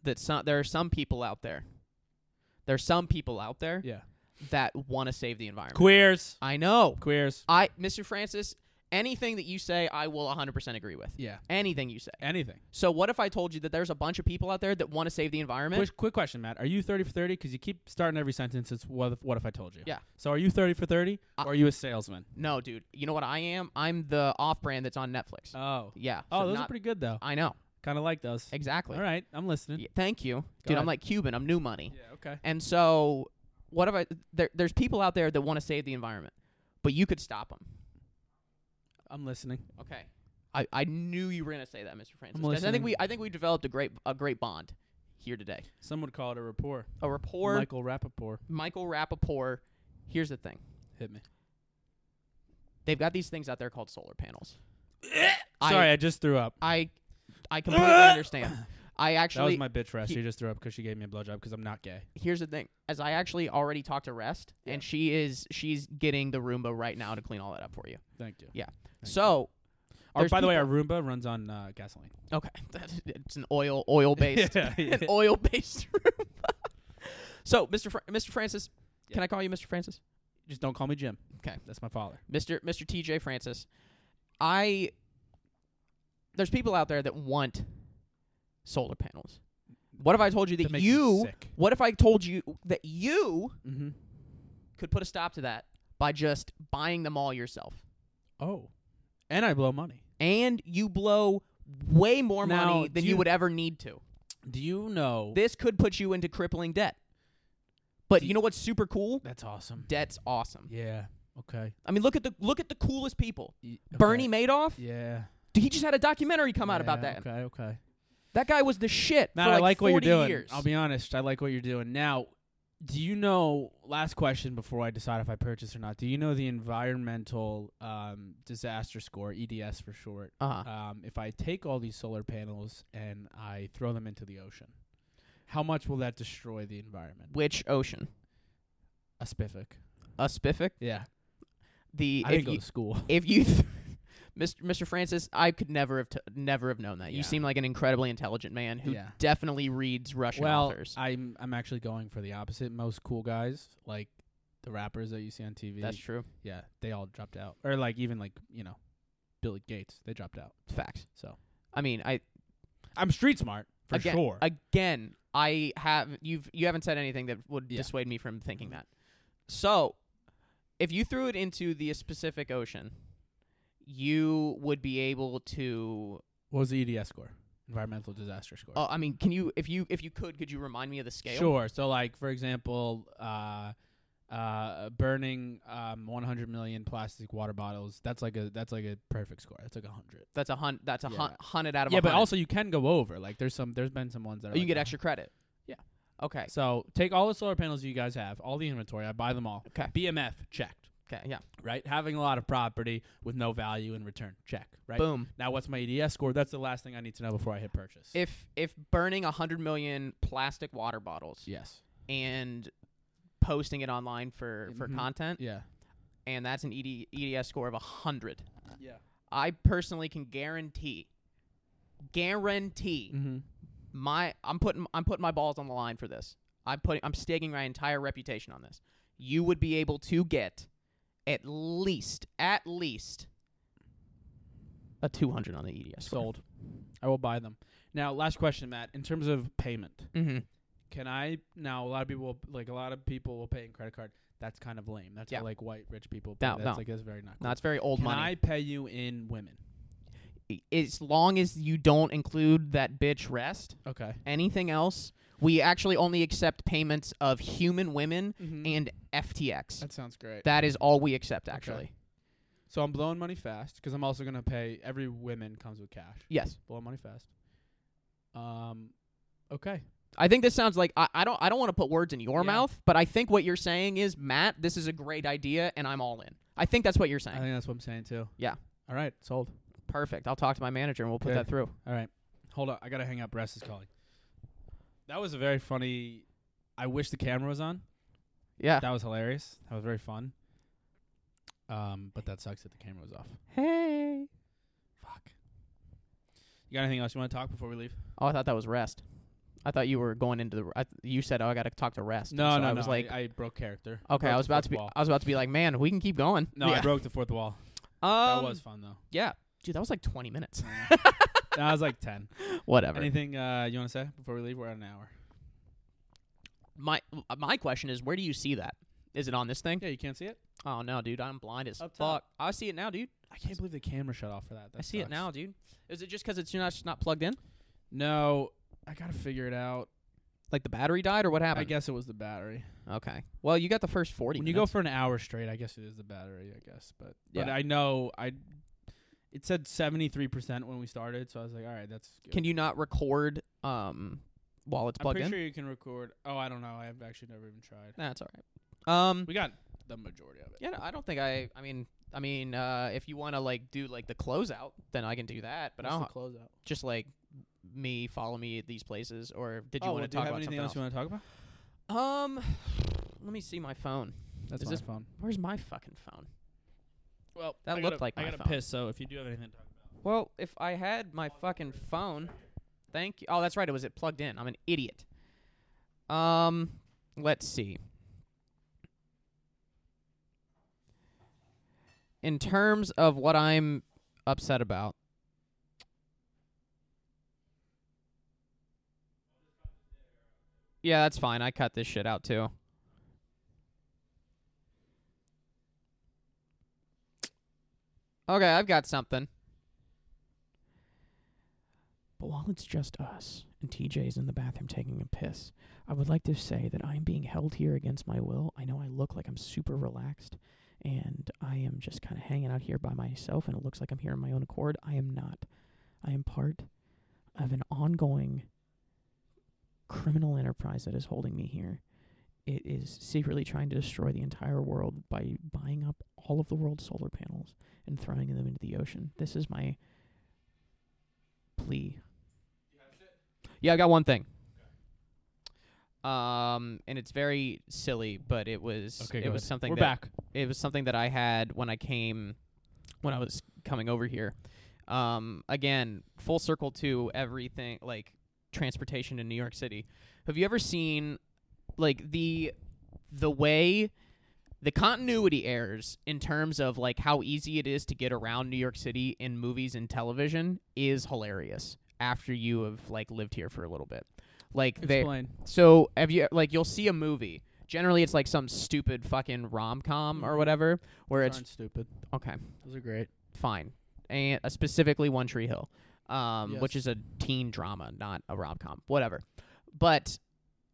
Speaker 5: that some there are some people out there there's some people out there
Speaker 4: Yeah.
Speaker 5: that want to save the environment.
Speaker 4: Queers.
Speaker 5: I know.
Speaker 4: Queers.
Speaker 5: I Mr. Francis, anything that you say I will 100% agree with.
Speaker 4: Yeah.
Speaker 5: Anything you say.
Speaker 4: Anything.
Speaker 5: So what if I told you that there's a bunch of people out there that want to save the environment?
Speaker 4: Quick, quick question, Matt. Are you 30 for 30? Because you keep starting every sentence. It's what if, what if I told you?
Speaker 5: Yeah. Uh,
Speaker 4: So are you 30 for 30 or are you a salesman?
Speaker 5: No, dude. You know what I am? I'm the off brand that's on Netflix.
Speaker 4: Oh.
Speaker 5: yeah.
Speaker 4: Oh,
Speaker 5: so
Speaker 4: those are
Speaker 5: not-
Speaker 4: pretty good, though.
Speaker 5: I know.
Speaker 4: Kind of like those.
Speaker 5: Exactly.
Speaker 4: All right. I'm listening.
Speaker 5: Yeah, thank you. dude,
Speaker 4: ahead.
Speaker 5: I'm like Cuban. I'm new money.
Speaker 4: Yeah, okay.
Speaker 5: And so, what if I. There, there's people out there that want to save the environment, but you could stop them.
Speaker 4: I'm listening.
Speaker 5: Okay. I, I knew you were going to say that, Mr. Francis.
Speaker 4: I'm
Speaker 5: 'cause I
Speaker 4: listening.
Speaker 5: think we I think we developed a great a great bond here today.
Speaker 4: Some would call it a rapport.
Speaker 5: A rapport.
Speaker 4: Michael Rappaport
Speaker 5: Michael Rappaport. Here's the thing.
Speaker 4: hit me.
Speaker 5: They've got these things out there called solar panels.
Speaker 4: *coughs* Sorry, I just threw up.
Speaker 5: I I
Speaker 4: *coughs*
Speaker 5: completely understand. I
Speaker 4: That was
Speaker 5: actually
Speaker 4: my bitch, Rest.
Speaker 5: he-
Speaker 4: She just threw up because she gave me a blowjob because I'm not gay.
Speaker 5: here's the thing as i actually already talked to rest and she is she's getting the roomba right now to clean all that up for you
Speaker 4: Thank you.
Speaker 5: yeah
Speaker 4: Thank
Speaker 5: so
Speaker 4: Or,
Speaker 5: there's
Speaker 4: by the way, our
Speaker 5: people-
Speaker 4: Roomba runs on uh, gasoline.
Speaker 5: *laughs* okay *laughs* it's an oil oil based
Speaker 4: *laughs* Yeah, yeah.
Speaker 5: an oil based *laughs* roomba so mr Fr- mr francis can i call you mr francis
Speaker 4: Just don't call me Jim.
Speaker 5: Okay.
Speaker 4: That's my father.
Speaker 5: mr mr tj francis i there's people out there that want solar panels what if i told you that,
Speaker 4: That makes me
Speaker 5: you
Speaker 4: sick.
Speaker 5: what if i told you that you
Speaker 4: Mm-hmm.
Speaker 5: could put a stop to that by just buying them all yourself.
Speaker 4: Oh. And I blow money.
Speaker 5: And you blow way more
Speaker 4: Now,
Speaker 5: money
Speaker 4: do
Speaker 5: than you,
Speaker 4: you-
Speaker 5: would ever need to.
Speaker 4: Do you know?
Speaker 5: This could put you into crippling debt. But
Speaker 4: Do
Speaker 5: you know what's super cool?
Speaker 4: That's awesome.
Speaker 5: Debt's awesome.
Speaker 4: Yeah. Okay.
Speaker 5: I mean, look at the look at the coolest people.
Speaker 4: Y-
Speaker 5: Bernie
Speaker 4: okay.
Speaker 5: Madoff.
Speaker 4: Yeah.
Speaker 5: He just had a documentary come out about
Speaker 4: Yeah,
Speaker 5: that.
Speaker 4: Okay. Okay.
Speaker 5: That guy was the shit
Speaker 4: Matt,
Speaker 5: for
Speaker 4: I like what you're
Speaker 5: 40
Speaker 4: doing.
Speaker 5: years.
Speaker 4: I'll be honest. I like what you're doing. Now, do you know? Last question before I decide if I purchase or not. Do you know the environmental um, disaster score (EDS) for short?
Speaker 5: uh-huh.
Speaker 4: Um, if I take all these solar panels and I throw them into the ocean, how much will that destroy the environment?
Speaker 5: Which ocean?
Speaker 4: A spiffic.
Speaker 5: A spific?
Speaker 4: Yeah.
Speaker 5: The
Speaker 4: I
Speaker 5: if
Speaker 4: didn't go
Speaker 5: you,
Speaker 4: to school.
Speaker 5: if you th- Mr. Mr. Francis, I could never have t- never have known that.
Speaker 4: Yeah.
Speaker 5: You seem like an incredibly intelligent man who
Speaker 4: Yeah.
Speaker 5: definitely reads *laughs* Russian
Speaker 4: well,
Speaker 5: authors.
Speaker 4: I'm I'm actually going for the opposite. Most cool guys, like the rappers that you see on TV,
Speaker 5: That's true.
Speaker 4: yeah, they all dropped out. Or like even like you know, Billy Gates, they dropped out.
Speaker 5: Fact.
Speaker 4: So
Speaker 5: I mean, I
Speaker 4: I'm street smart for
Speaker 5: again,
Speaker 4: sure.
Speaker 5: Again, I have you've you haven't said anything that would
Speaker 4: Yeah.
Speaker 5: dissuade me from thinking that. So, if you threw it into the Pacific Ocean, you would be able to.
Speaker 4: what was the EDS score? Environmental disaster score.
Speaker 5: Oh, I mean, can you if you if you could could you remind me of the scale?
Speaker 4: Sure. So, like for example, uh, uh, burning um, 100 million plastic water bottles. That's like a that's like a perfect score. That's like a hundred.
Speaker 5: That's a hun. That's a
Speaker 4: Yeah.
Speaker 5: hun- hundred out of
Speaker 4: Yeah,
Speaker 5: a
Speaker 4: but
Speaker 5: hundred.
Speaker 4: also you can go over. Like there's some there's been some ones that
Speaker 5: Oh,
Speaker 4: are
Speaker 5: you
Speaker 4: like
Speaker 5: get
Speaker 4: a
Speaker 5: extra credit.
Speaker 4: Yeah.
Speaker 5: Okay.
Speaker 4: hun- So take all the solar panels you guys have, all the inventory. I buy them all.
Speaker 5: Okay.
Speaker 4: BMF checked.
Speaker 5: Okay. Yeah.
Speaker 4: Right. Having a lot of property with no value in return. Check. Right.
Speaker 5: Boom.
Speaker 4: Now what's my EDS score? That's the last thing I need to know before I hit purchase.
Speaker 5: If if burning a hundred million plastic water bottles
Speaker 4: yes.
Speaker 5: and posting it online for for
Speaker 4: Mhm.
Speaker 5: content,
Speaker 4: Yeah.
Speaker 5: and that's an E ED, EDS score of 100.
Speaker 4: Yeah.
Speaker 5: I personally can guarantee guarantee
Speaker 4: Mm-hmm.
Speaker 5: my I'm putting I'm putting my balls on the line for this. I'm putting I'm staking my entire reputation on this. You would be able to get at least at least a 200 on the EDS score.
Speaker 4: Sold. I will buy them. Now, last question, Matt. In terms of payment,
Speaker 5: Mm-hmm.
Speaker 4: can I now? A lot of people, like a lot of people, will pay in credit card. That's kind of lame. That's
Speaker 5: Yeah.
Speaker 4: like white rich people. Pay.
Speaker 5: No,
Speaker 4: that's
Speaker 5: no.
Speaker 4: like that's very not. Cool.
Speaker 5: Now it's very old
Speaker 4: can I
Speaker 5: money.
Speaker 4: pay you in women?
Speaker 5: as long as you don't include that bitch rest,
Speaker 4: Okay.
Speaker 5: anything else, we actually only accept payments of human women
Speaker 4: Mhm.
Speaker 5: and FTX.
Speaker 4: That sounds great.
Speaker 5: That is all we accept, actually.
Speaker 4: so I'm blowing money fast because I'm also gonna pay. Every women comes with cash.
Speaker 5: Yes,
Speaker 4: Blowing money fast. Um. Okay.
Speaker 5: I think this sounds like I, I don't I don't want to put words in your
Speaker 4: Yeah.
Speaker 5: mouth, but I think what you're saying is Matt, this is a great idea, and I'm all in. I think that's what you're
Speaker 4: I
Speaker 5: saying.
Speaker 4: think that's what I'm saying too.
Speaker 5: Yeah.
Speaker 4: All right. Sold.
Speaker 5: Perfect. I'll talk to my manager and we'll put
Speaker 4: Okay.
Speaker 5: that through.
Speaker 4: All right. Hold on. I got to hang up. Rest is calling. That was a very funny. I wish the camera was on.
Speaker 5: Yeah.
Speaker 4: That was hilarious. That was very fun. Um, but that sucks that the camera was off.
Speaker 5: Hey.
Speaker 4: Fuck. You got anything else you want to talk before we leave?
Speaker 5: Oh, I thought that was rest. I thought you were going into the. I, you said, "Oh, I got to talk to rest." so I was like,
Speaker 4: I, broke character.
Speaker 5: "Okay." I was about to be. I was about to be like, "Man, we can keep going."
Speaker 4: no, I
Speaker 5: Yeah.
Speaker 4: broke the fourth wall.
Speaker 5: Um,
Speaker 4: that was fun though.
Speaker 5: Yeah, dude, that was like 20 minutes.
Speaker 4: *laughs* That was like ten.
Speaker 5: Whatever.
Speaker 4: Anything uh, you want to say before we leave? We're at an hour.
Speaker 5: My my question is, where do you see that? Is it on this thing?
Speaker 4: Yeah, you can't see it.
Speaker 5: Oh no, dude, I'm blind as
Speaker 4: Up
Speaker 5: fuck.
Speaker 4: top.
Speaker 5: I see it now, dude.
Speaker 4: I can't believe the camera shut off for that. that
Speaker 5: I see
Speaker 4: sucks.
Speaker 5: it now, dude. Is it just because it's not just not plugged in?
Speaker 4: No, I gotta figure it out.
Speaker 5: Like the battery died or what happened?
Speaker 4: I guess it was the battery.
Speaker 5: Okay. Well, you got the first 40.
Speaker 4: When you go for an hour straight, I guess it is the battery. I guess, but but
Speaker 5: Yeah.
Speaker 4: I know I. It said seventy three percent when we started, so I was like, all right, that's. Good.
Speaker 5: Can you not record um while it's
Speaker 4: I'm
Speaker 5: plugged
Speaker 4: pretty
Speaker 5: in?
Speaker 4: sure you can record. Oh, I don't know. I've actually never even tried.
Speaker 5: That's all right. Um.
Speaker 4: We got the majority of it.
Speaker 5: Yeah, no, I don't think I. I mean, I mean, uh, if you want to like do like the closeout, then I can do that. But I don't
Speaker 4: close out.
Speaker 5: just like me follow me at these places. Or did you
Speaker 4: oh,
Speaker 5: want
Speaker 4: well,
Speaker 5: to
Speaker 4: do you
Speaker 5: talk
Speaker 4: have
Speaker 5: about
Speaker 4: anything
Speaker 5: something
Speaker 4: else you want to talk about?
Speaker 5: Um, *sighs* let me see my phone.
Speaker 4: That's
Speaker 5: Is
Speaker 4: my
Speaker 5: this-
Speaker 4: phone.
Speaker 5: Where's my fucking phone?
Speaker 4: Well,
Speaker 5: that
Speaker 4: I
Speaker 5: looked
Speaker 4: gotta-
Speaker 5: like
Speaker 4: I
Speaker 5: my
Speaker 4: got to
Speaker 5: phone.
Speaker 4: piss. So if you do have anything to talk about,
Speaker 5: Well, if I had my fucking phone, thank you. Oh, that's right. It was it plugged in. I'm an idiot. Um, let's see. In terms of what I'm upset about, yeah, that's fine. I cut this shit out too. Okay, I've got something. But while it's just us and TJ's in the bathroom taking a piss, I would like to say that I am being held here against my will. I know I look like I'm super relaxed and I am just kind of hanging out here by myself and it looks like I'm here on my own accord. I am not. I am part of an ongoing criminal enterprise that is holding me here. It is secretly trying to destroy the entire world by buying up all of the world's solar panels and throwing them into the ocean. This is my plea. Yeah, I got one thing. Um, and it's very silly, but it was
Speaker 4: Okay,
Speaker 5: it
Speaker 4: go
Speaker 5: was
Speaker 4: ahead.
Speaker 5: something
Speaker 4: We're
Speaker 5: that
Speaker 4: back.
Speaker 5: it was something that I had when I came when I was coming over here. Um, again, full circle to everything like transportation in New York City. Have you ever seen like the the way the continuity errors in terms of like how easy it is to get around New York City in movies and television is hilarious after you have like lived here for a little bit. Like they
Speaker 4: Explain.
Speaker 5: so have you like you'll see a movie. Generally it's like some stupid fucking rom com or whatever where
Speaker 4: Aren't
Speaker 5: it's
Speaker 4: stupid.
Speaker 5: okay,
Speaker 4: Those are great.
Speaker 5: fine. And uh, specifically One Tree Hill. Um which
Speaker 4: Yes.
Speaker 5: is a teen drama, not a rom com. Whatever. But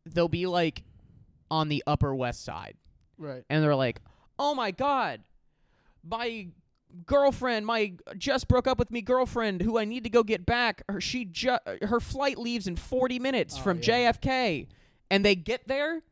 Speaker 5: they'll be like on the upper west side
Speaker 4: Right.
Speaker 5: and they're like, "Oh my god, my girlfriend, my just broke up with me girlfriend, who I need to go get back. Her she ju- her flight leaves in 40 minutes
Speaker 4: Oh,
Speaker 5: from JFK." And they get there,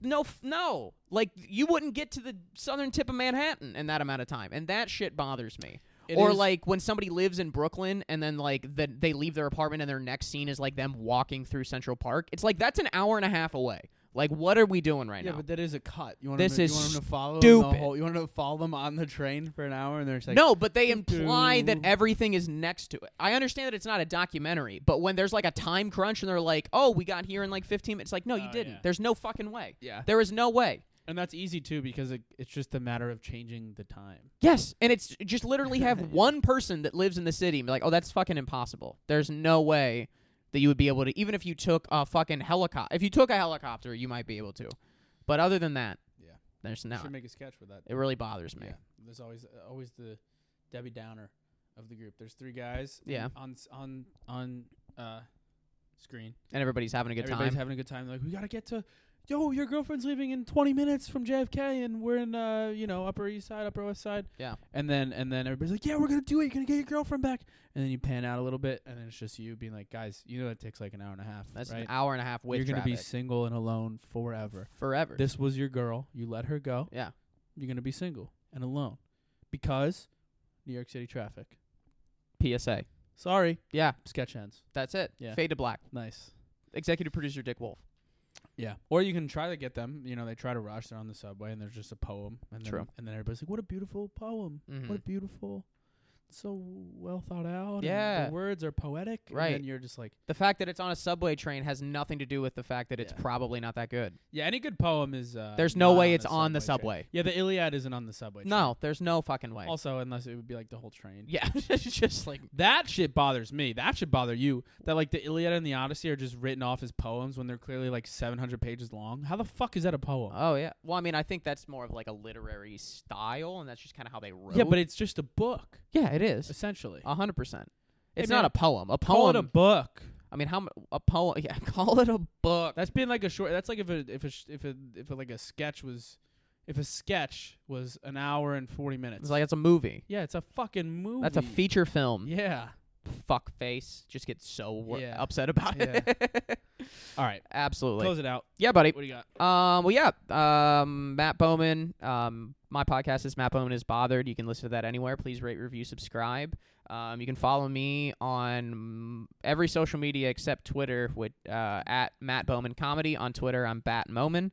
Speaker 5: no, f- no, like you wouldn't get to the southern tip of Manhattan in that amount of time, and that shit bothers me.
Speaker 4: It
Speaker 5: or
Speaker 4: is-
Speaker 5: like when somebody lives in Brooklyn and then like the, they leave their apartment and their next scene is like them walking through Central Park. It's like that's an hour and a half away. Like what are we doing right
Speaker 4: Yeah,
Speaker 5: now?
Speaker 4: but that is a cut. You want
Speaker 5: This
Speaker 4: them to,
Speaker 5: is
Speaker 4: you want 'em to follow 'em the
Speaker 5: stupid.
Speaker 4: whole, you want 'em to follow them on the train for an hour, and they're just like,
Speaker 5: no, but they imply that
Speaker 4: doo.
Speaker 5: everything is next to it. I understand that it's not a documentary, but when there's like a time crunch and they're like, "Oh, we got here in like 15 minutes," it's like, "No, you
Speaker 4: Oh,
Speaker 5: didn't.
Speaker 4: yeah.
Speaker 5: There's no fucking way.
Speaker 4: Yeah.
Speaker 5: there is no way."
Speaker 4: And that's easy too because it, it's just a matter of changing the time.
Speaker 5: Yes, and it's just literally
Speaker 4: *laughs*
Speaker 5: have one person that lives in the city and be like, "Oh, that's fucking impossible. There's no way that you would be able to. Even if you took a fucking helicopter, if you took a helicopter, you might be able to, but other than that,
Speaker 4: Yeah.
Speaker 5: there's not.
Speaker 4: Should make a sketch with that.
Speaker 5: it really bothers me.
Speaker 4: Yeah. There's always always the Debbie Downer of the group. There's three guys.
Speaker 5: Yeah.
Speaker 4: On s- on on uh screen.
Speaker 5: And everybody's having a good
Speaker 4: Everybody's
Speaker 5: time.
Speaker 4: having a good time. Like we gotta get to. Yo, your girlfriend's leaving in 20 minutes from JFK, and we're in uh you know Upper East Side, Upper West Side.
Speaker 5: Yeah.
Speaker 4: And then and then everybody's like, yeah, we're gonna do it. You're gonna get your girlfriend back. And then you pan out a little bit, and then it's just you being like, guys, you know that takes like an hour and a half.
Speaker 5: That's
Speaker 4: right?
Speaker 5: an hour and a half with
Speaker 4: You're gonna be
Speaker 5: traffic.
Speaker 4: single and alone forever.
Speaker 5: forever.
Speaker 4: This was your girl. You let her go.
Speaker 5: yeah.
Speaker 4: You're gonna be single and alone because New York City traffic.
Speaker 5: PSA.
Speaker 4: Sorry,
Speaker 5: Yeah,
Speaker 4: sketch ends.
Speaker 5: that's it.
Speaker 4: Yeah.
Speaker 5: Fade to black.
Speaker 4: Nice.
Speaker 5: Executive producer Dick Wolf.
Speaker 4: Yeah. Or you can try to get them. You know, they try to rush. They're on the subway, and there's just a poem. And
Speaker 5: True.
Speaker 4: Then, and then everybody's like, "What a beautiful poem! What a
Speaker 5: Mhm.
Speaker 4: beautiful, so well thought out. and
Speaker 5: Yeah.
Speaker 4: the words are poetic. And
Speaker 5: Right.
Speaker 4: then you're just like,
Speaker 5: The fact that it's on a subway train has nothing to do with the fact that it's
Speaker 4: Yeah.
Speaker 5: probably not that good.
Speaker 4: yeah. Any good poem is. Uh,
Speaker 5: There's no
Speaker 4: not
Speaker 5: way
Speaker 4: a
Speaker 5: it's on the
Speaker 4: train.
Speaker 5: subway.
Speaker 4: Yeah, the Iliad isn't on the subway.
Speaker 5: No, there's no fucking way.
Speaker 4: Train. Also, unless it would be like the whole train.
Speaker 5: *laughs*
Speaker 4: *laughs*
Speaker 5: yeah, it's just like
Speaker 4: That shit bothers me. That should bother you. That like the Iliad and the Odyssey are just written off as poems when they're clearly like 700 pages long. How the fuck is that a poem?
Speaker 5: oh yeah. Well, I mean, I think that's more of like a literary style, and that's just kind of how they wrote.
Speaker 4: yeah, but it's just a book
Speaker 5: yeah, it is
Speaker 4: essentially.
Speaker 5: a hundred percent. It's
Speaker 4: man,
Speaker 5: not a poem. A
Speaker 4: Call
Speaker 5: poem.
Speaker 4: it a book.
Speaker 5: I mean, how m- a poem? *laughs* Yeah, call it a book.
Speaker 4: That's been like a short. That's like if a if a sh- if a if a, like a sketch was, if a sketch was an hour and 40 minutes.
Speaker 5: It's like it's a movie.
Speaker 4: yeah, it's a fucking movie.
Speaker 5: That's a feature film.
Speaker 4: Yeah.
Speaker 5: Fuck face. Just get so wor-
Speaker 4: Yeah.
Speaker 5: upset about it. *laughs*
Speaker 4: All right.
Speaker 5: Absolutely.
Speaker 4: Close it out.
Speaker 5: Yeah, buddy.
Speaker 4: What do you got?
Speaker 5: Um, well, yeah. Um, Matt Bowman. Um, my podcast is Matt Bowman is bothered. You can listen to that anywhere. Please rate, review, subscribe. Um, you can follow me on mm, every social media except Twitter with uh, at Matt Bowman Comedy on Twitter. I'm Bat Moman.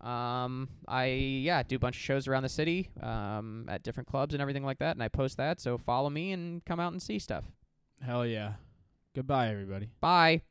Speaker 5: Um, I yeah do a bunch of shows around the city, um, at different clubs and everything like that, and I post that. So follow me and come out and see stuff.
Speaker 4: Hell yeah. Goodbye, everybody.
Speaker 5: Bye.